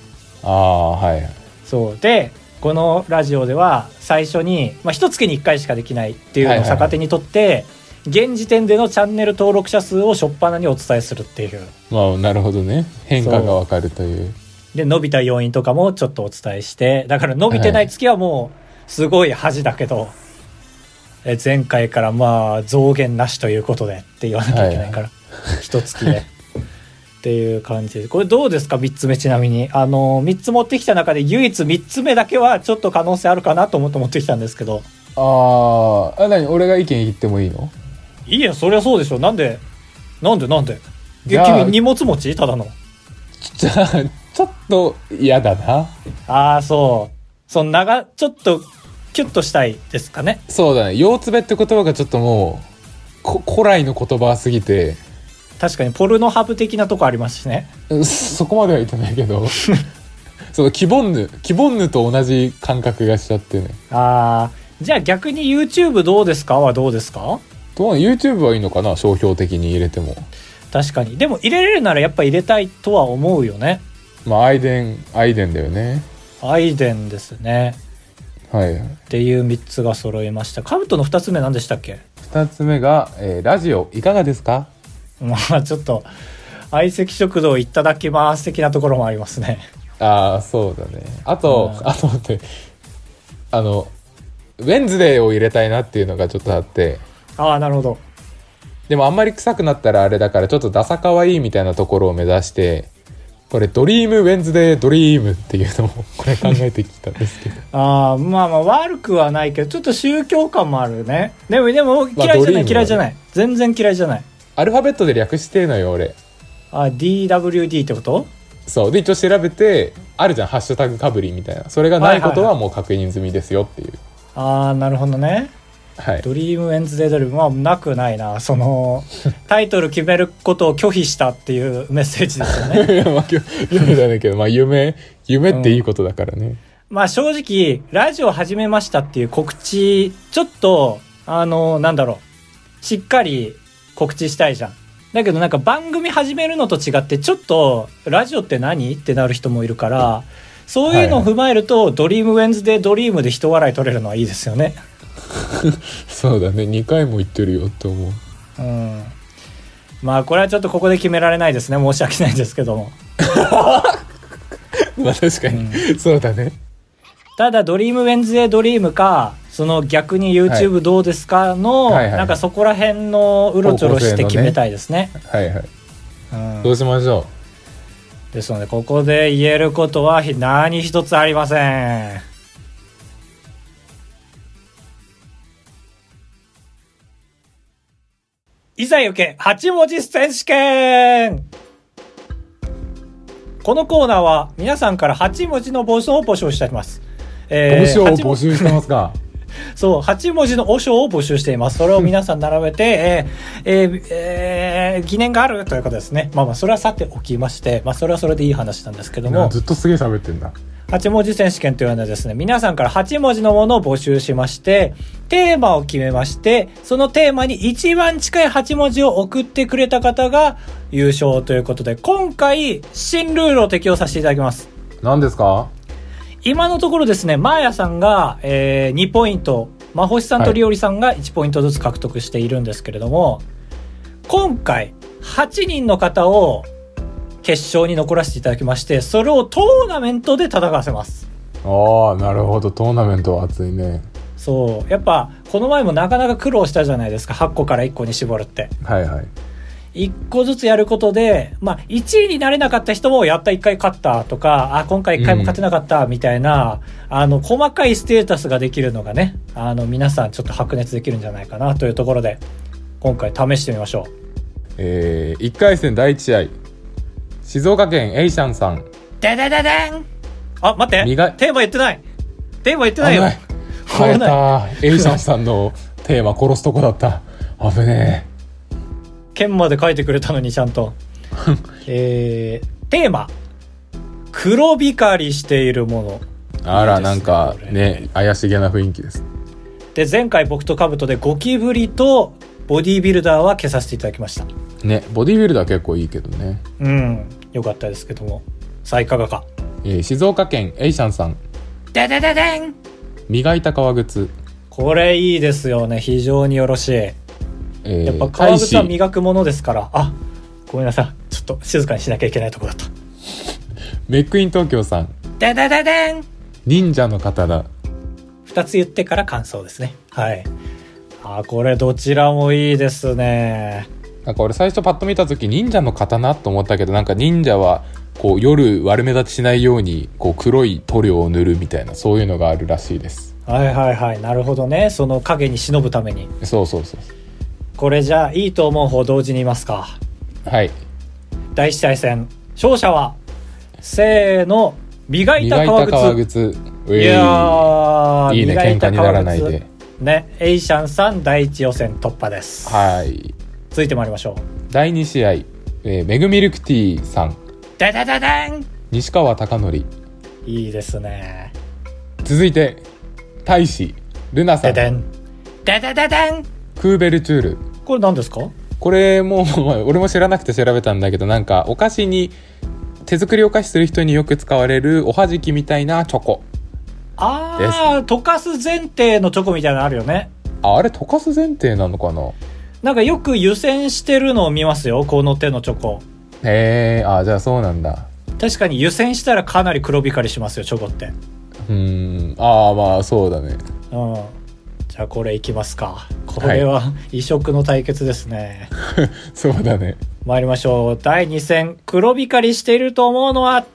Speaker 2: ああはいはい
Speaker 1: そうでこのラジオでは最初に、まあ、1月に1回しかできないっていう
Speaker 2: はい
Speaker 1: のを
Speaker 2: はいはい
Speaker 1: 逆手にとって、現時点でのチャンネル登録者数を初っ端にお伝えするっていう
Speaker 2: まあなるほどね変化がわかるという
Speaker 1: で伸びた要因とかもちょっとお伝えしてだから伸びてない月はもうすごい恥だけど、え前回からまあ増減なしということでって言わなきゃいけないから、一月で。っていう感じで。これどうですか ?3 つ目ちなみに。あの、3つ持ってきた中で唯一3つ目だけはちょっと可能性あるかなと思って持ってきたんですけど。
Speaker 2: あーあ何俺が意見言ってもいいの
Speaker 1: いいや、そりゃそうでしょ。なんで、なんでなんで。え
Speaker 2: じゃあ
Speaker 1: 君荷物持ちただの。
Speaker 2: じゃあちょっと嫌だな
Speaker 1: ああ、そう。その長、ちょっと、キュッとしたいですかね。
Speaker 2: そうだね腰つべって言葉がちょっともうこ古来の言葉すぎて
Speaker 1: 確かに、ポルノハブ的なとこありますしね。
Speaker 2: うんそこまでは言ってないけ どそのキボンヌキボンヌと同じ感覚がしちゃってね
Speaker 1: ああ、じゃあ逆に YouTube どうですかはどうですか
Speaker 2: どう YouTube はいいのかな商標的に入れても
Speaker 1: 確かに。でも入れれるならやっぱ入れたいとは思うよね。
Speaker 2: まあアイデンアイデンだよね
Speaker 1: アイデンですね。
Speaker 2: はい
Speaker 1: っていう3つが揃いました。カブトの2つ目何でしたっけ
Speaker 2: 2つ目が、えーラジオいかがですか
Speaker 1: まあちょっと、相席食堂いただきます的なところもありますね。
Speaker 2: ああそうだねあと、
Speaker 1: うん
Speaker 2: あと待ってあのウェンズデーを入れたいなっていうのがちょっとあって
Speaker 1: ああ、なるほど。
Speaker 2: でもあんまり臭くなったらあれだからちょっとダサかわいいみたいなところを目指してこれドリームウェンズデードリームっていうのを これ考えてきたんですけど
Speaker 1: ああ、まあまあ悪くはないけど、ちょっと宗教感もあるね。でも、でも嫌いじゃない、
Speaker 2: ドリームはね
Speaker 1: 嫌いじゃない。全然嫌いじゃない。
Speaker 2: アルファベットで略してえのよ俺
Speaker 1: あ、DWD ってこと
Speaker 2: そうで一応調べてあるじゃん「ハッシュタグかぶり」みたいなそれがないことはもう確認済みですよっていう
Speaker 1: ああ、なるほどね。
Speaker 2: はい
Speaker 1: ドリームウェンズデードリームはなくないな。その、タイトル決めることを拒否したっていうメッセージですよね。
Speaker 2: いや まあ夢夢じゃないけど、まあ、夢夢っていいことだからね、
Speaker 1: まあ正直、ラジオ始めましたっていう告知、ちょっと、あの、なんだろう、しっかり告知したいじゃん。だけどなんか番組始めるのと違って、ちょっと、ラジオって何ってなる人もいるから、そういうのを踏まえると、ドリームウェンズデードリームで人笑い取れるのはいいですよね。
Speaker 2: そうだね2回も言ってるよって思う
Speaker 1: うん。まあこれはちょっとここで決められないですね。申し訳ないですけども。
Speaker 2: まあ確かに、そうだね
Speaker 1: ただ、ドリームウェンズデードリームか、その逆に
Speaker 2: は
Speaker 1: YouTube どうですかの、
Speaker 2: はいはい
Speaker 1: なんかそこら辺のうろちょろして決めたいですね。
Speaker 2: はいはい
Speaker 1: うん
Speaker 2: どうしましょ
Speaker 1: ですので、ここで言えることはひ何一つありません。いざ行け八文字選手権このコーナーは皆さんから八文字の募集を募集しています。
Speaker 2: う、
Speaker 1: え
Speaker 2: え
Speaker 1: ー
Speaker 2: を
Speaker 1: 八文
Speaker 2: 募集してますか
Speaker 1: そう、8文字の和尚を募集しています。それを皆さん並べ て、えー、えーえー疑念があるということですね。まあまあ、それはさておきまして、まあ、それはそれでいい話なんですけども、
Speaker 2: ずっとすげえ喋ってんだ
Speaker 1: 8文字選手権というのはですね、皆さんから8文字のものを募集しまして、テーマを決めまして、そのテーマに一番近い8文字を送ってくれた方が優勝ということで、今回、新ルールを適用させていただきます。
Speaker 2: 何ですか
Speaker 1: 今のところですね、マーヤさんが、えー2ポイント、まほしさんとりおりさんが1ポイントずつ獲得しているんですけれども、今回、8人の方を決勝に残らせていただきまして、それをトーナメントで戦わせます。
Speaker 2: ああなるほどトーナメントは熱いね
Speaker 1: そう。やっぱ、この前もなかなか苦労したじゃないですか。8個から1個に絞るって。
Speaker 2: はいはい
Speaker 1: 1個ずつやることで、まあ、1位になれなかった人も、やった1回勝ったとか、あ、今回1回も勝てなかったみたいな、あの、細かいステータスができるのがね、あの、皆さんちょっと白熱できるんじゃないかなというところで、今回試してみましょう。
Speaker 2: えー、1回戦第1試合静岡県エイシャンさん
Speaker 1: ででででんあ、待って
Speaker 2: 苦い
Speaker 1: テーマ言ってないテーマ言ってないよ危ない
Speaker 2: 変えたエイシャンさんのテーマ殺すとこだった危ね
Speaker 1: 県まで書いてくれたのにちゃん と。えー、テーマ。黒光りしているもの。
Speaker 2: えあ
Speaker 1: い
Speaker 2: ら
Speaker 1: いです
Speaker 2: な
Speaker 1: ね
Speaker 2: んか
Speaker 1: これ
Speaker 2: ね怪しげな雰囲気です
Speaker 1: で、前回僕と兜でゴキブリとボディービルダーは消させていただきました。
Speaker 2: ねボディビルダー結構いいけどね、
Speaker 1: うん。よかったですけども。さあ、いかがか。
Speaker 2: えー、静岡県エイシャンさん
Speaker 1: ででででん
Speaker 2: 磨いた革靴
Speaker 1: これいいですよね。非常によろしい。
Speaker 2: えー
Speaker 1: やっぱ革靴は
Speaker 2: 大使
Speaker 1: 磨くものですから。あ、ごめんなさい。ちょっと静かにしなきゃいけないとこだった。
Speaker 2: メックイン東京さん
Speaker 1: ででででん
Speaker 2: 忍者の刀
Speaker 1: 2つ言ってから感想ですねはいあーこれどちらもいいですね
Speaker 2: なんか俺最初パッと見た時忍者の刀と思ったけどなんか忍者はこう夜悪目立ちしないようにこう黒い塗料を塗るみたいなそういうのがあるらしいです
Speaker 1: はいはいはいなるほどねその影に忍ぶために
Speaker 2: そうそうそう
Speaker 1: これじゃあいいと思う方同時に言いますか
Speaker 2: はい
Speaker 1: 第一対戦勝者はせーの磨いた革靴
Speaker 2: 靴う
Speaker 1: い
Speaker 2: えい
Speaker 1: やー
Speaker 2: いいね
Speaker 1: 磨
Speaker 2: 喧
Speaker 1: い
Speaker 2: 嘩
Speaker 1: た
Speaker 2: になら
Speaker 1: 革
Speaker 2: ない
Speaker 1: 靴
Speaker 2: で
Speaker 1: ねエイシャンさん第一予選突破です
Speaker 2: はい
Speaker 1: 続いてまいりましょう
Speaker 2: 第2試合、えー、メグミルクティーさん
Speaker 1: ででででん
Speaker 2: 西川貴教
Speaker 1: いいですね
Speaker 2: 続いて大使ルナさ
Speaker 1: で
Speaker 2: ん
Speaker 1: でんででででん
Speaker 2: クーベルチュール
Speaker 1: これ何ですか
Speaker 2: これも俺も知らなくて調べたんだけどなんかお菓子に手作りお菓子する人によく使われるおはじきみたいなチョコ
Speaker 1: ああ溶かす前提のチョコみたいなのあるよね
Speaker 2: ああれ溶かす前提なのかな
Speaker 1: なんかよく湯煎してるのを見ますよこの手のチョコ
Speaker 2: へえあじゃあそうなんだ
Speaker 1: 確かに湯煎したらかなり黒光りしますよチョコって
Speaker 2: うーんああまあそうだね
Speaker 1: うんじゃあこれいきますかこれは異色の対決ですね、
Speaker 2: そうだね
Speaker 1: 参りましょう第2戦黒光りしていると思うのは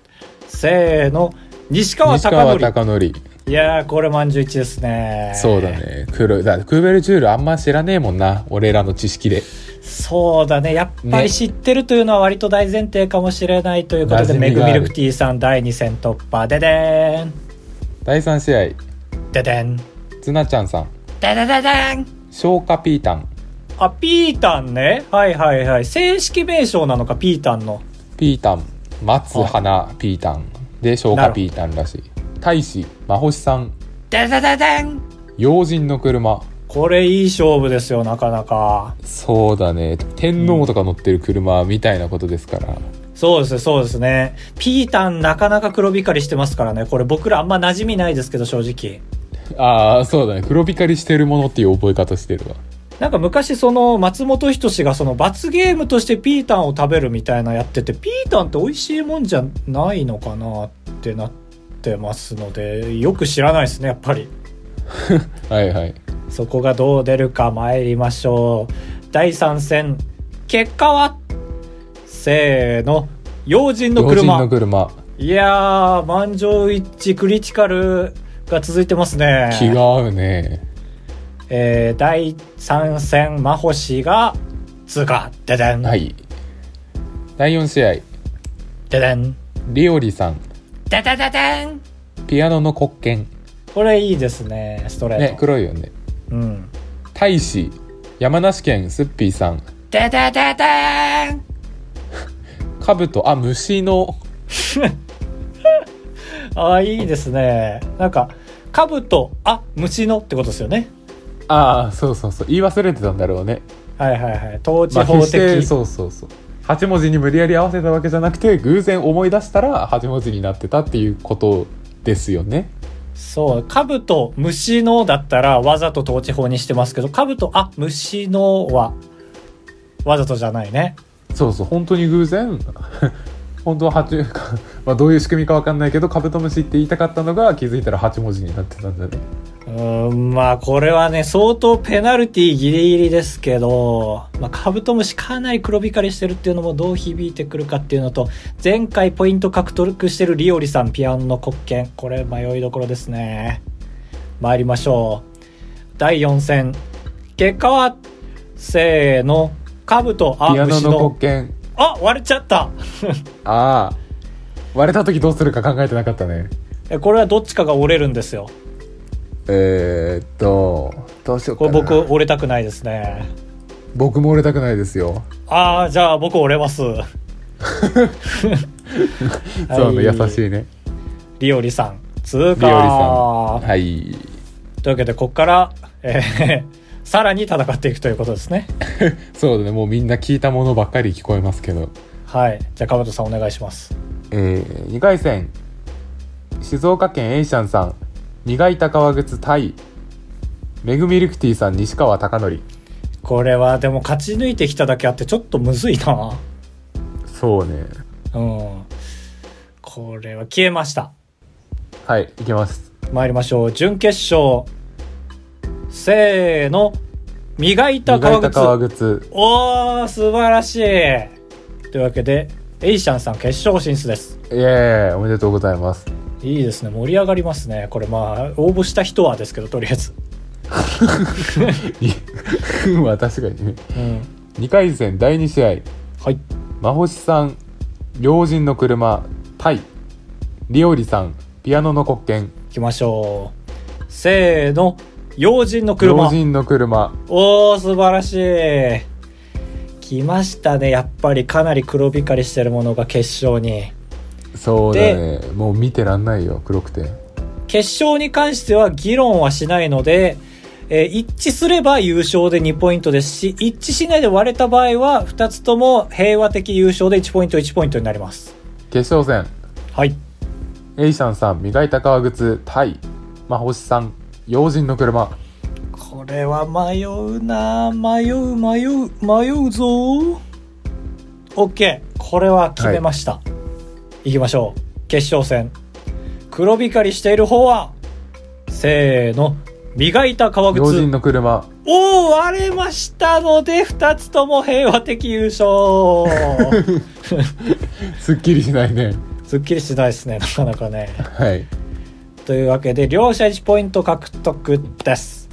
Speaker 1: せーの西川
Speaker 2: 西川
Speaker 1: 貴教
Speaker 2: 貴教
Speaker 1: いやーこれ満場一致ですね
Speaker 2: そうだね黒いだクーベルチュールあんま知らねえもんな俺らの知識で
Speaker 1: そうだねやっぱ
Speaker 2: ね
Speaker 1: り知ってるというのは割と大前提かもしれないということで、
Speaker 2: 馴染
Speaker 1: メ
Speaker 2: み
Speaker 1: グ
Speaker 2: があ
Speaker 1: ミ
Speaker 2: る
Speaker 1: ルクティーさん第2戦突破ででーん
Speaker 2: 第3試
Speaker 1: ででんで
Speaker 2: 合ツナちゃんさん
Speaker 1: でででん
Speaker 2: 消化ピータン
Speaker 1: あピータンねはいはいはい正式名称なのかピータンの
Speaker 2: ピータン松花ピータンで消化ピータンらしい大使真星さん
Speaker 1: ででででん
Speaker 2: 要人の車
Speaker 1: これいい勝負ですよなかなか
Speaker 2: そうだね天皇とか乗ってる車みたいなことですから、
Speaker 1: そうですねそうですねピータンなかなか黒光りしてますからねこれ僕らあんま馴染みないですけど正直
Speaker 2: ああそうだね黒光りしてるものっていう覚え方してるわ
Speaker 1: なんか昔その松本人志がその罰ゲームとしてピータンを食べるみたいなやっててピータンって美味しいもんじゃないのかなってなってますのでよく知らないですねやっぱり
Speaker 2: はいはい
Speaker 1: そこがどう出るか参りましょう第3戦結果はせーの要人の
Speaker 2: 要人
Speaker 1: 車
Speaker 2: の車
Speaker 1: いやー満場一致クリティカルが続いてますね
Speaker 2: 気が合うね
Speaker 1: えー第3戦マホシが通過ででん、
Speaker 2: はい第4試合
Speaker 1: ででん
Speaker 2: リオリさん
Speaker 1: ででででん
Speaker 2: ピアノの黒剣
Speaker 1: これいいですねストレート、
Speaker 2: ね黒いよね
Speaker 1: うん
Speaker 2: 大使山梨県すっぴーさん
Speaker 1: ででででん
Speaker 2: カブトあ虫の
Speaker 1: あーいいですねなんかカブとあ虫のってことですよね
Speaker 2: ああそうそうそう言い忘れてたんだろうね
Speaker 1: はいはいはい統治
Speaker 2: まあ
Speaker 1: 法
Speaker 2: 決し
Speaker 1: 的、
Speaker 2: てそうそうそう8文字に無理やり合わせたわけじゃなくて偶然思い出したら8文字になってたっていうことですよね
Speaker 1: そう、兜虫のだったらわざと統治法にしてますけど、兜あ、虫のは、わざとじゃないね。
Speaker 2: そうそう本当に偶然 本当は8 まあどういう仕組みかわかんないけどカブトムシって言いたかったのが気づいたら8文字になってたんだね
Speaker 1: うーん、まあこれはね、相当ペナルティーギリギリですけど、まあカブトムシかなり黒光りしてるっていうのもどう響いてくるかっていうのと、前回ポイント獲得してるリオリさんピアノの国権、これ迷いどころですね。参りましょう。第4戦。結果は、せーの、カブト、あ、
Speaker 2: ピアノ
Speaker 1: 虫
Speaker 2: の黒
Speaker 1: の。
Speaker 2: 剣
Speaker 1: あ、割れちゃった
Speaker 2: ああ割れた時どうするか考えてなかったね
Speaker 1: えこれはどっちかが折れるんですよ
Speaker 2: えー、っとどうしよう
Speaker 1: こ
Speaker 2: か
Speaker 1: れ
Speaker 2: な
Speaker 1: 僕折れたくないですね
Speaker 2: 僕も折れたくないですよ
Speaker 1: ああじゃあ僕折れます
Speaker 2: そうね
Speaker 1: はい
Speaker 2: 優しいね
Speaker 1: リオリさん通
Speaker 2: リオリさ
Speaker 1: 過
Speaker 2: んはい
Speaker 1: というわけでここから、えーさらに戦っていくということですね
Speaker 2: そうだねもうみんな聞いたものばっかり聞こえますけど
Speaker 1: はいじゃあかぶとさんお願いします
Speaker 2: えー、2回戦静岡県エイシャンさん磨いた革靴タイメグミルクティーさん西川貴教
Speaker 1: これはでも勝ち抜いてきただけあってちょっとむずいな
Speaker 2: そうね
Speaker 1: うんこれは消えました
Speaker 2: はいいきます
Speaker 1: 参りましょう準決勝せーの磨いた
Speaker 2: 磨い
Speaker 1: 革
Speaker 2: た
Speaker 1: 靴
Speaker 2: 革靴
Speaker 1: おー素晴らしいというわけでエイシャンさん決勝進出です
Speaker 2: イエーイおめでとうございます
Speaker 1: いいですね盛り上がりますねこれまあ応募した人はですけどとりあえず、
Speaker 2: いまあ確かにね
Speaker 1: うん、
Speaker 2: 2回戦第2試合
Speaker 1: はい
Speaker 2: 真星さん両人の車タイリオリさんピアノの黒剣
Speaker 1: 行きましょうせーの用心の
Speaker 2: 両
Speaker 1: 車
Speaker 2: 人の車
Speaker 1: おお素晴らしい来ましたねやっぱりかなり黒光りしてるものが決勝に
Speaker 2: そうだねもう見てらんないよ黒くて
Speaker 1: 決勝に関しては議論はしないので、えー一致すれば優勝で2ポイントですし一致しないで割れた場合は2つとも平和的優勝で1ポイント1ポイントになります
Speaker 2: 決勝戦
Speaker 1: はい
Speaker 2: エイシャンさん磨いた革靴タイ真星さん用心の車
Speaker 1: これは迷うな迷う迷う迷うぞ OK これは決めました、い、きましょう決勝戦黒光りしている方はせーの磨いた革
Speaker 2: 用
Speaker 1: 靴
Speaker 2: 心の車
Speaker 1: おお割れましたので2つとも平和的優勝
Speaker 2: すっきりしないね
Speaker 1: すっきりしないですねなかなかね
Speaker 2: はい
Speaker 1: というわけで両者1ポイント獲得です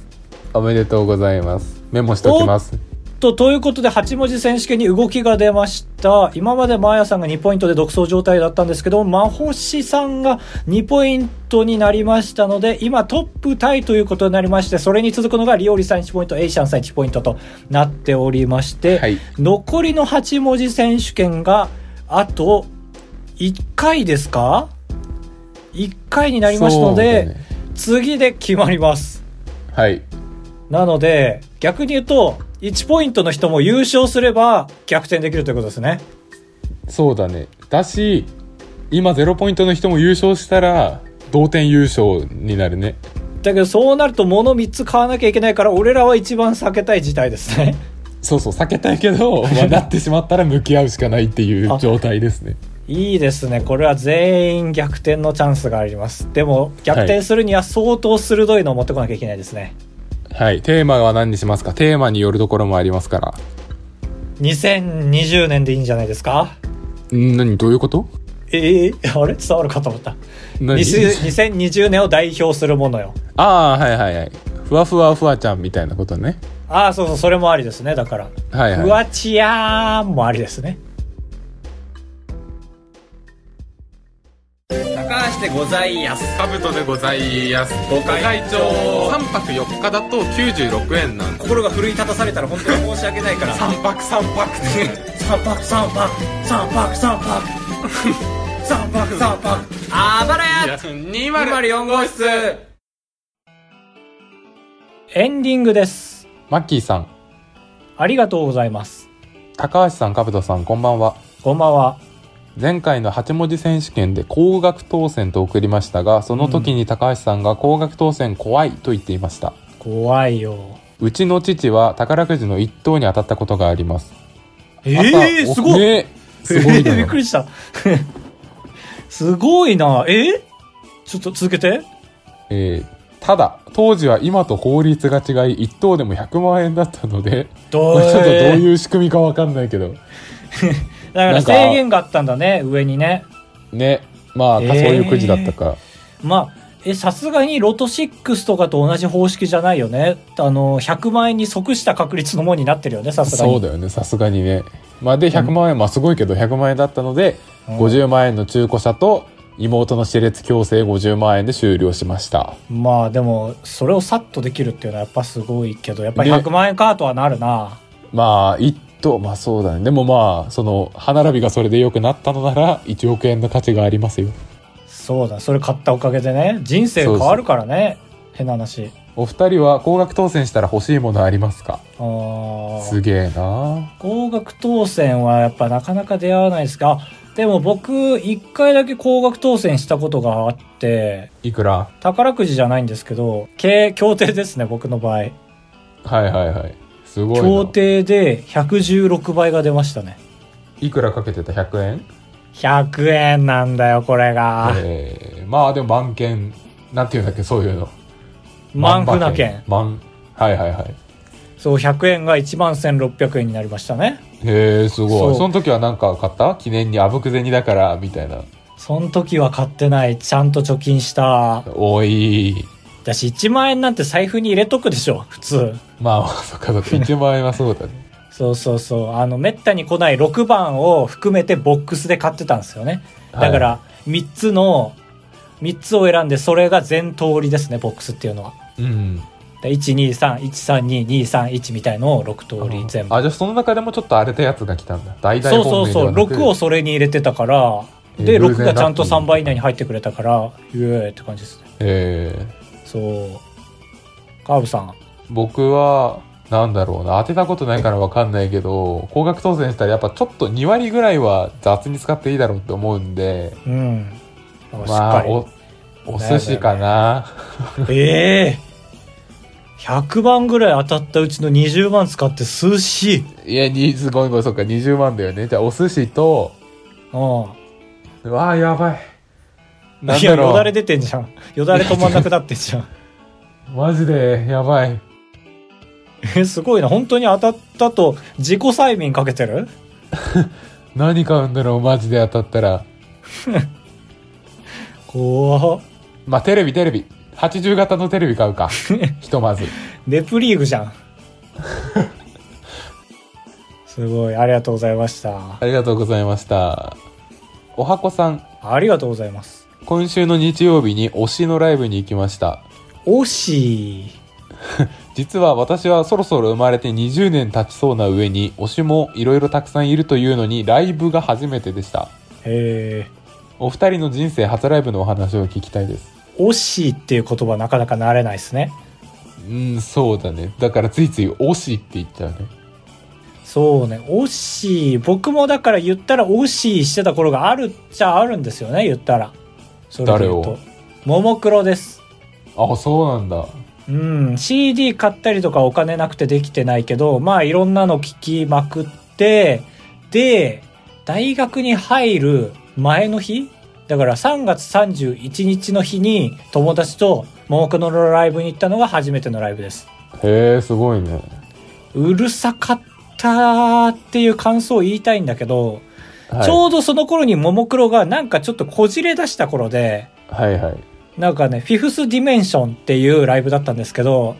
Speaker 2: おめでとうございますメモしときます
Speaker 1: とということで8文字選手権に動きが出ました今までマーヤさんが2ポイントで独走状態だったんですけどマホシさんが2ポイントになりましたので今トップタイということになりましてそれに続くのがリオリさん1ポイントエイシャンさん1ポイントとなっておりまして、
Speaker 2: はい
Speaker 1: 残りの8文字選手権があと1回ですか1回になりましたので、
Speaker 2: そうだね
Speaker 1: 次で決まります
Speaker 2: はい
Speaker 1: なので、逆に言うと、1ポイントの人も優勝すれば逆転できるということですね。
Speaker 2: そうだねだし今ゼロポイントの人も優勝したら同点優勝になるね
Speaker 1: だけど、そうなると物3つ買わなきゃいけないから、俺らは一番避けたい事態ですね。
Speaker 2: そうそう避けたいけど、まあ、なってしまったら向き合うしかないっていう状態ですね
Speaker 1: いいですね。これは全員逆転のチャンスがあります。でも、逆転するには相当鋭いのを持ってこなきゃいけないですね。
Speaker 2: はいテーマは何にしますかテーマによるところもありますから
Speaker 1: 2020年でいいんじゃないですか
Speaker 2: ん何どういうこと
Speaker 1: ええあれ伝わるかと思った。
Speaker 2: 何
Speaker 1: 2020年を代表するものよ。
Speaker 2: ああはいはいはいふわふわふわちゃんみたいなことね
Speaker 1: ああ、そうそう、それもありですね。だから。
Speaker 2: はい
Speaker 1: ふ
Speaker 2: は
Speaker 1: わちやーんもありですね。
Speaker 3: 高橋でございやす。カブトでございやす。ご
Speaker 1: 会長
Speaker 3: 3泊4日だと96円なんで。
Speaker 1: 心が奮い立たされたら本当に申し訳ないから
Speaker 3: 3泊3泊で。
Speaker 1: 三泊三泊三泊三泊三泊三泊
Speaker 3: あばらや !204 号室
Speaker 1: エンディングです
Speaker 2: いマッキーさん
Speaker 1: ありがとうございます
Speaker 2: 高橋さん兜さんこんばんは
Speaker 1: こんばんは
Speaker 2: 前回の8文字選手権で高額当選と送りましたがその時に高橋さんが高額当選怖いと言っていました
Speaker 1: 怖いよ
Speaker 2: うちの父は宝くじの一等に当たったことがあります
Speaker 1: え
Speaker 2: 朝おねすご い
Speaker 1: え
Speaker 2: ね
Speaker 1: ー びっくりしたすごいなえーちょっと続けて
Speaker 2: えーただ当時は今と法律が違い一等でも100万円だったので、
Speaker 1: ど
Speaker 2: まあちょっとどういう仕組みか分かんないけど
Speaker 1: だか
Speaker 2: な
Speaker 1: ら
Speaker 2: んか
Speaker 1: 制限があったんだね上にね
Speaker 2: ねまあ、
Speaker 1: えー
Speaker 2: そういうくじだったか
Speaker 1: まあえさすがにロト6とかと同じ方式じゃないよねあの100万円に即した確率のものになってるよねさすがに
Speaker 2: そうだよねさすがにね、まあ、で100万円、まあすごいけど100万円だったので、
Speaker 1: うん
Speaker 2: 50万円の中古車と妹の私立矯正50万円で終了しました
Speaker 1: まあでもそれをさっとできるっていうのはやっぱすごいけどやっぱり
Speaker 2: ね
Speaker 1: 100万円かとはなるな、
Speaker 2: まあ一等まあそうだねでもまあその歯並びがそれで良くなったのなら1億円の価値がありますよ
Speaker 1: そうだそれ買ったおかげでね人生変わるからね変な話
Speaker 2: お二人は高額当選したら欲しいものありますか
Speaker 1: あー
Speaker 2: すげえな
Speaker 1: 高額当選はやっぱなかなか出会わないですがでも僕一回だけ高額当選したことがあって
Speaker 2: いくら
Speaker 1: 宝くじじゃないんですけど経協定ですね僕の場合
Speaker 2: はいはいはいすごいな
Speaker 1: 協定で116倍が出ましたね
Speaker 2: いくらかけてた100円
Speaker 1: 100円なんだよこれが、
Speaker 2: えーまあでも万件なんていうんだっけそういうの
Speaker 1: マンフナ
Speaker 2: ケ
Speaker 1: 券
Speaker 2: ンマンはいはいはい
Speaker 1: そう100円が1万1600円になりましたね
Speaker 2: へえすご
Speaker 1: そ
Speaker 2: いうその時は何か買った記念にあぶく銭だからみたいな
Speaker 1: その時は買ってないちゃんと貯金した
Speaker 2: おい
Speaker 1: だし1万円なんて財布に入れとくでしょ普通
Speaker 2: まあ まあそっかそっか1万円はそう だね
Speaker 1: そうそうそうあのめったに来ない6番を含めてボックスで買ってたんですよねだから3つの3つを選んでそれが全通りですねボックスっていうのは
Speaker 2: うん
Speaker 1: 12313221みたいのを6通り全部
Speaker 2: あじゃあその中でもちょっと荒れたやつが来たんだ大々
Speaker 1: そう
Speaker 2: 本
Speaker 1: そうそ
Speaker 2: 命
Speaker 1: う
Speaker 2: ではなく
Speaker 1: 6をそれに入れてたからで
Speaker 2: え偶然
Speaker 1: 6がちゃんと
Speaker 2: ラッキー
Speaker 1: 3倍以内に入ってくれたからイエーイって感じですね
Speaker 2: へえ
Speaker 1: そうカーブさん
Speaker 2: 僕はなんだろうな当てたことないから分かんないけど高額当選したらやっぱちょっと2割ぐらいは雑に使っていいだろうって思うんで
Speaker 1: うんしっ
Speaker 2: ま
Speaker 1: か
Speaker 2: あ
Speaker 1: り、
Speaker 2: おお寿司かな、
Speaker 1: ええ100番ぐらい当たったうちの20番使って数し
Speaker 2: いやにすごいごめんそっか20万だよねじゃあお寿司と
Speaker 1: うん
Speaker 2: うわーやばいないん
Speaker 1: やよ
Speaker 2: だろ
Speaker 1: だ
Speaker 2: う
Speaker 1: れ出てんじゃんよだれ止まんなくなってんじゃん
Speaker 2: マジでやばい
Speaker 1: えすごいな本当に当たったと自己催眠かけてる
Speaker 2: 何買うんだろうマジで当たったら
Speaker 1: 怖っ
Speaker 2: まあテレビテレビ80型のテレビ買 うかひとまず
Speaker 1: レプリーグじゃ んすごいありがとうございました
Speaker 2: ありがとうございましたおはこさん
Speaker 1: ありがとうございます
Speaker 2: 今週の日曜日に推しのライブに行きました
Speaker 1: おし
Speaker 2: 実は私はそろそろ生まれて20年経ちそうな上に推しもいろいろたくさんいるというのにライブが初めてでした
Speaker 1: え
Speaker 2: お二人の人生初ライブのお話を聞きたいです
Speaker 1: ー、おしっていう言葉なかなか慣れないですね
Speaker 2: うんそうだねだからついつい推しって言っちゃうね
Speaker 1: そうね、オッシー、僕もだから言ったらオッシーしてた頃があるっちゃあるんですよね、言ったら。そで言うと
Speaker 2: 誰を
Speaker 1: ももクロです。
Speaker 2: あそうなんだ
Speaker 1: うん、CD 買ったりとかお金なくてできてないけど、まあいろんなの聞きまくって、で、大学に入る前の日だから3月31日の日に友達とももクロのライブに行ったのが初めてのライブです。
Speaker 2: へえすごいね
Speaker 1: うるさかったっていう感想を言いたいんだけど、
Speaker 2: はい
Speaker 1: ちょうどその頃にももクロがなんかちょっとこじれ出した頃で、
Speaker 2: はいはい
Speaker 1: なんかね、フィフスディメンションっていうライブだったんですけど、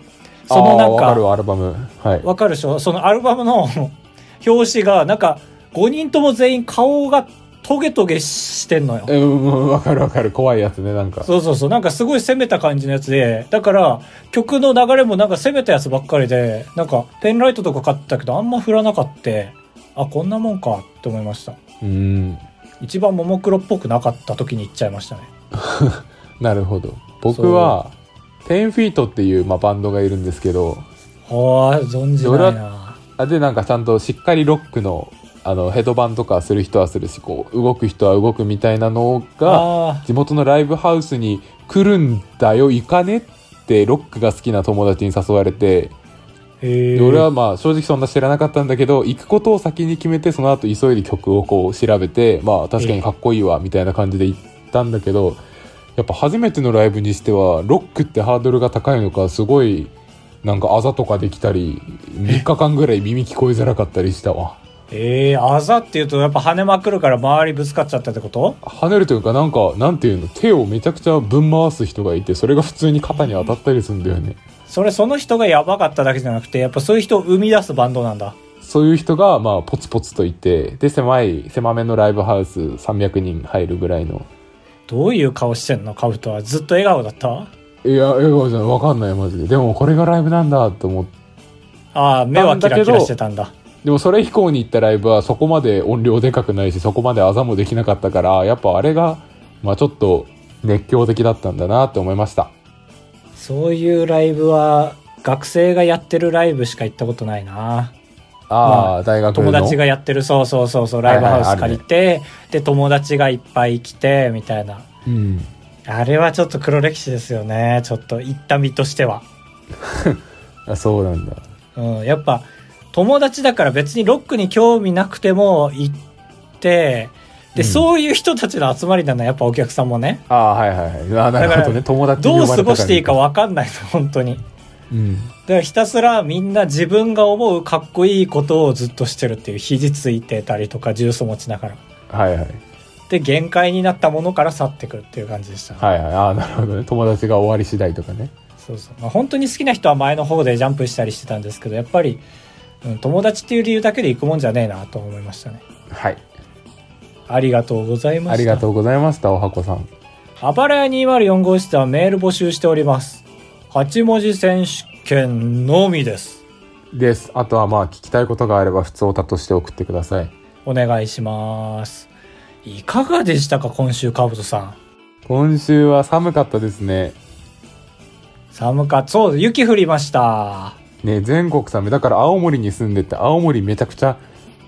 Speaker 1: その
Speaker 2: あ
Speaker 1: な
Speaker 2: ー
Speaker 1: ん
Speaker 2: わ
Speaker 1: か、
Speaker 2: かるアルバムはい
Speaker 1: わかるでしょそのアルバムの 表紙が、なんか5人とも全員顔がトゲトゲしてんのよ。
Speaker 2: えうんうんわかるわかる怖いやつねなんか
Speaker 1: そうそうそう。なんかすごい攻めた感じのやつで、だから曲の流れもなんか攻めたやつばっかりで、なんかペンライトとか買ったけどあんま振らなかった。あ、こんなもんかって思いました。
Speaker 2: うん
Speaker 1: 一番ももクロっぽくなかった時に行っちゃいましたね。
Speaker 2: なるほど僕は10フィートっていう、まあ、バンドがいるんですけど
Speaker 1: はあ、存じないな。
Speaker 2: あでなんかちゃんとしっかりロックのあのヘドバンとかする人はするしこう動く人は動くみたいなのが
Speaker 1: あ
Speaker 2: 地元のライブハウスに来るんだよ行かねってロックが好きな友達に誘われ
Speaker 1: ー
Speaker 2: て
Speaker 1: へ
Speaker 2: で
Speaker 1: え。
Speaker 2: 俺はまあ正直そんな知らなかったんだけど行くことを先に決めてその後急いで曲をこう調べてまあ確かにかっこいいわみたいな感じで行ったんだけどやっぱ初めてのライブにしてはロックってハードルが高いのかすごいなんかあざとかできたり3日間ぐらい耳聞こえづらかったりしたわ
Speaker 1: ええあざっていうとやっぱ跳ねまくるから周りぶつかっちゃったってこと
Speaker 2: 跳ねるというかなんかなんていうの手をめちゃくちゃぶん回す人がいてそれが普通に肩に当たったりするんだよね
Speaker 1: それその人がやばかっただけじゃなくて、やっぱそういう人を生み出すバンドなんだ。
Speaker 2: そういう人がまあポツポツといてで狭い狭めのライブハウス300人入るぐらいの
Speaker 1: どういう顔してんのカブトは。ずっと笑顔だった
Speaker 2: いや、笑顔じゃん。わかんない、マジで。でも、これがライブなんだと思って。
Speaker 1: ああ、目はキラキラしてたんだ。
Speaker 2: でも、それ以降に行ったライブは、そこまで音量でかくないし、そこまであざもできなかったから、やっぱあれが、まあちょっと、熱狂的だったんだなって思いました。
Speaker 1: そういうライブは、学生がやってるライブしか行ったことないな。
Speaker 2: ああ、大学の
Speaker 1: 友達がやってる、そうそうそうそう、ライブハウス借りて、で、友達がいっぱい来て、みたいな。
Speaker 2: うん。
Speaker 1: あれはちょっと黒歴史ですよね。ちょっと行った身としては。
Speaker 2: あそうなんだ。
Speaker 1: うん、やっぱ友達だから別にロックに興味なくても行って、で、そういう人たちの集まりなのやっぱお客さんもね
Speaker 2: ああ、はいはいはい。ああ、なるほどね。友達に呼
Speaker 1: どう
Speaker 2: ばれた
Speaker 1: 過ごしていいか
Speaker 2: は。
Speaker 1: 分かんないの本当にだか
Speaker 2: うん。
Speaker 1: らひたすらみんな自分が思うかっこいいことをずっとしてるっていう肘ついてたりとかジュース持ちながら
Speaker 2: はいはい。
Speaker 1: で限界になったものから去ってくるっていう感じでした、
Speaker 2: はいはい。ああ、なるほどね。友達が終わり次第とかね。
Speaker 1: そうそう、まあ、本当に好きな人は前の方でジャンプしたりしてたんですけどやっぱり、うん、友達っていう理由だけで行くもんじゃねえなと思いましたね
Speaker 2: はい。
Speaker 1: ありがとうございました
Speaker 2: ありがとうございました、おはこさん。
Speaker 1: あばらや204号室はメール募集しております。8文字選手権のみです。
Speaker 2: です。あとはまあ、聞きたいことがあれば、普通オタとして送ってください。
Speaker 1: お願いします。いかがでしたか、今週、カブトさん。
Speaker 2: 今週は寒かったですね。
Speaker 1: 寒かった。そう、雪降りました。
Speaker 2: ね、全国寒い。だから青森に住んでて、青森めちゃくちゃ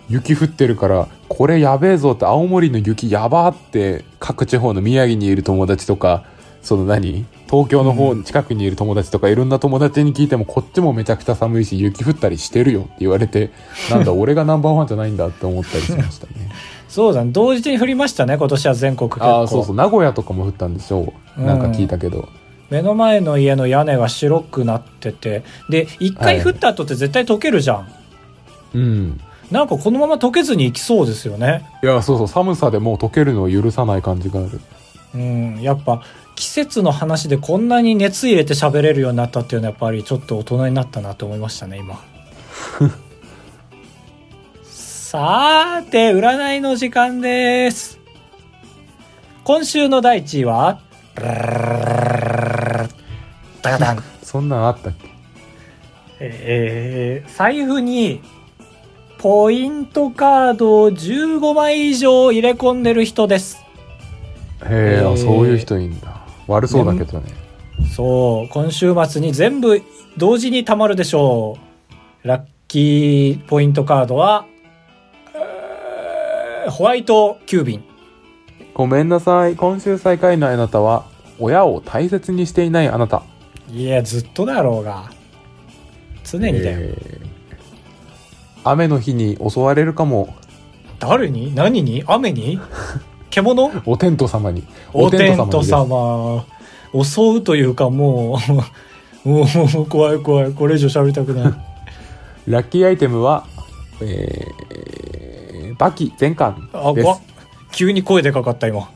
Speaker 2: 雪降ってるから、これやべえぞって、青森の雪やばって、各地方の宮城にいる友達とか、その何東京の方近くにいる友達とか、いろんな友達に聞いても、こっちもめちゃくちゃ寒いし、雪降ったりしてるよって言われて、なんだ、俺がナンバーワンじゃないんだって思ったりしましたね。
Speaker 1: そうだね。同時に降りましたね、今年は全国結構。
Speaker 2: ああ、そうそう、名古屋とかも降ったんでしょう。なんか聞いたけど。
Speaker 1: 目の前の家の屋根が白くなってて、で、一回
Speaker 2: はい
Speaker 1: 降った後って絶対溶けるじゃん。
Speaker 2: うん。
Speaker 1: なんかこのまま溶けずにいきそうですよね。
Speaker 2: いや、そうそう、寒さでもう溶けるのを許さない感じがある。
Speaker 1: うん、やっぱ季節の話でこんなに熱入れて喋れるようになったっていうのはやっぱりちょっと大人になったなと思いましたね 今さーて占いの時間です今週の第1位はダダン
Speaker 2: そんなんあったっけ
Speaker 1: えー財布にポイントカードを15枚以上入れ込んでる人です
Speaker 2: へえ、
Speaker 1: えー
Speaker 2: あそういう人いいんだ悪そうだけどね
Speaker 1: そう、今週末に全部同時に貯まるでしょう。ラッキーポイントカードは、えーホワイト急便。
Speaker 2: ごめんなさい今週最下位のあなたは親を大切にしていないあなた
Speaker 1: いや、ずっとだろうが。常にだよ。
Speaker 2: えー雨の日に襲われるかも
Speaker 1: 誰に何に雨 に獣
Speaker 2: お天道様に
Speaker 1: お天道
Speaker 2: です
Speaker 1: 様。襲うというかもう、 もう怖い怖い。これ以上喋りたくない。
Speaker 2: ラッキーアイテムはえーバキ全巻
Speaker 1: あ、
Speaker 2: で
Speaker 1: 怖っ
Speaker 2: す
Speaker 1: 急に声でかかった今。